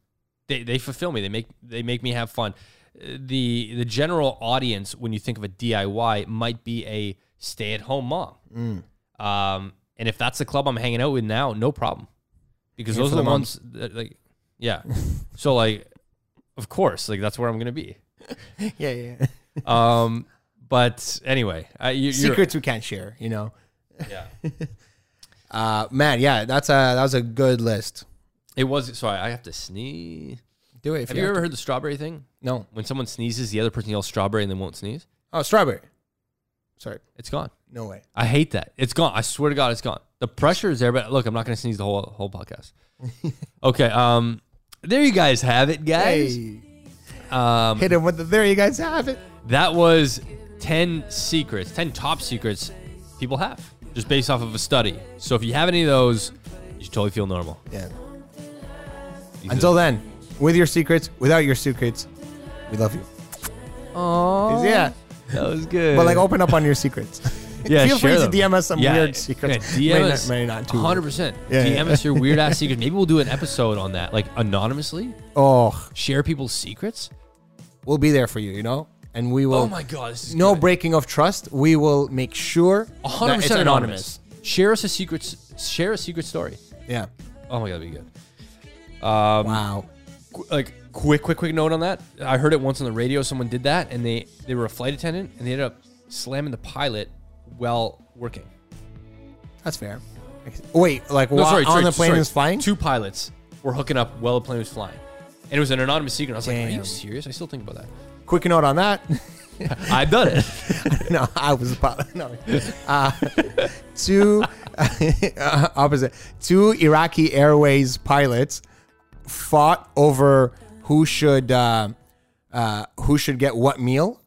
B: They, they fulfill me. They make they make me have fun. Uh, The the general audience when you think of a DIY might be a stay at home mom. Um, and if that's the club I'm hanging out with now, no problem, because
C: Yeah,
B: those
C: for
B: are the
C: the
B: ones that, like yeah. so like, of course, like that's where I'm gonna be.
C: Yeah, yeah. yeah.
B: Um, but anyway, I, you, you're-
C: Secrets we can't share, you know.
B: Yeah.
C: Uh, man, yeah, that's a that was a good list.
B: It was sorry. I have to sneeze.
C: Do it. If
B: Have you ever heard the strawberry thing?
C: No.
B: When someone sneezes, the other person yells strawberry and then won't sneeze.
C: Oh, strawberry. Sorry.
B: It's gone.
C: No way.
B: I hate that. It's gone. I swear to God, it's gone. The pressure is there, but look, I'm not going to sneeze the whole whole podcast. okay. Um, there you guys have it, guys. Um,
C: hit him with the. There you guys have it.
B: that was ten secrets, ten top secrets people have, just based off of a study. So if you have any of those, you should totally feel normal.
C: Yeah. Until then, with your secrets, without your secrets, we love you.
B: oh,
C: Yeah.
B: that was good.
C: But like, open up on your secrets.
B: Yeah,
C: Feel free
B: share
C: to
B: them.
C: DM us some
B: Yeah,
C: weird
B: yeah,
C: secrets.
B: DM
C: may
B: us
C: not, may not too.
B: hundred
C: weird.
B: percent.
C: Yeah,
B: DM
C: yeah.
B: us your weird ass secrets. Maybe we'll do an episode on that, like anonymously.
C: Oh,
B: Share people's secrets.
C: we'll be there for you. You know, and we will.
B: oh my god, this is
C: No
B: good.
C: breaking of trust. We will make sure. that it's
B: 100 percent anonymous. Share us a secret. Share a secret story.
C: Yeah.
B: Oh my god, that'd be good. Um,
C: Wow.
B: qu- like quick, quick, quick note on that. I heard it once on the radio. Someone did that, and they they were a flight attendant, and they ended up slamming the pilot while working.
C: That's fair. Wait, like
B: No,
C: while
B: sorry,
C: on
B: sorry,
C: the plane
B: sorry.
C: is flying?
B: Two pilots were hooking up while the plane was flying, and it was an anonymous secret. I was like, "Are you
C: Damn.
B: serious?" I still think about that.
C: Quick note on that.
B: I've done it.
C: no, I was a pilot. No. Uh, two opposite. Two Iraqi Airways pilots fought over who should uh, uh, who should get what meal.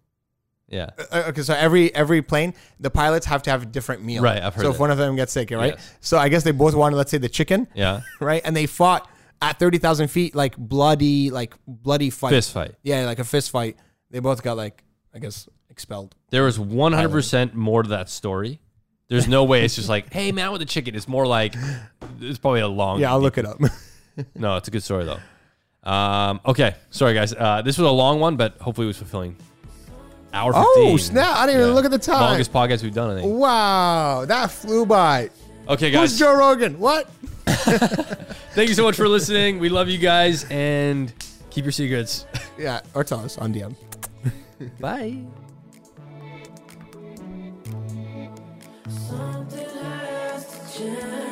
B: Yeah.
C: Uh, okay, so every every plane, the pilots have to have a different meal.
B: Right, I've heard
C: So if
B: that.
C: one of them gets sick, right?
B: Yes.
C: So I guess they both wanted, let's say, the chicken.
B: Yeah.
C: Right, and they fought at thirty thousand feet, like bloody, like bloody fight.
B: Fist fight.
C: Yeah, like a fist fight. They both got like, I guess, expelled.
B: There was 100% more to that story. There's no way it's just like, hey, man, I want the chicken. It's more like, it's probably a long.
C: Yeah, I'll look it up.
B: No, it's a good story, though. Um, okay. Sorry, guys. Uh, this was a long one, but hopefully it was fulfilling. Hour 15.
C: oh snap! I didn't even
B: Yeah.
C: look at the time.
B: Longest podcast we've done, I think.
C: Wow, that flew by.
B: Okay,
C: Who's
B: guys.
C: Joe Rogan? What?
B: Thank you so much for listening. We love you guys and keep your secrets.
C: Yeah, or tell us on DM.
B: Bye.
A: Something has to change.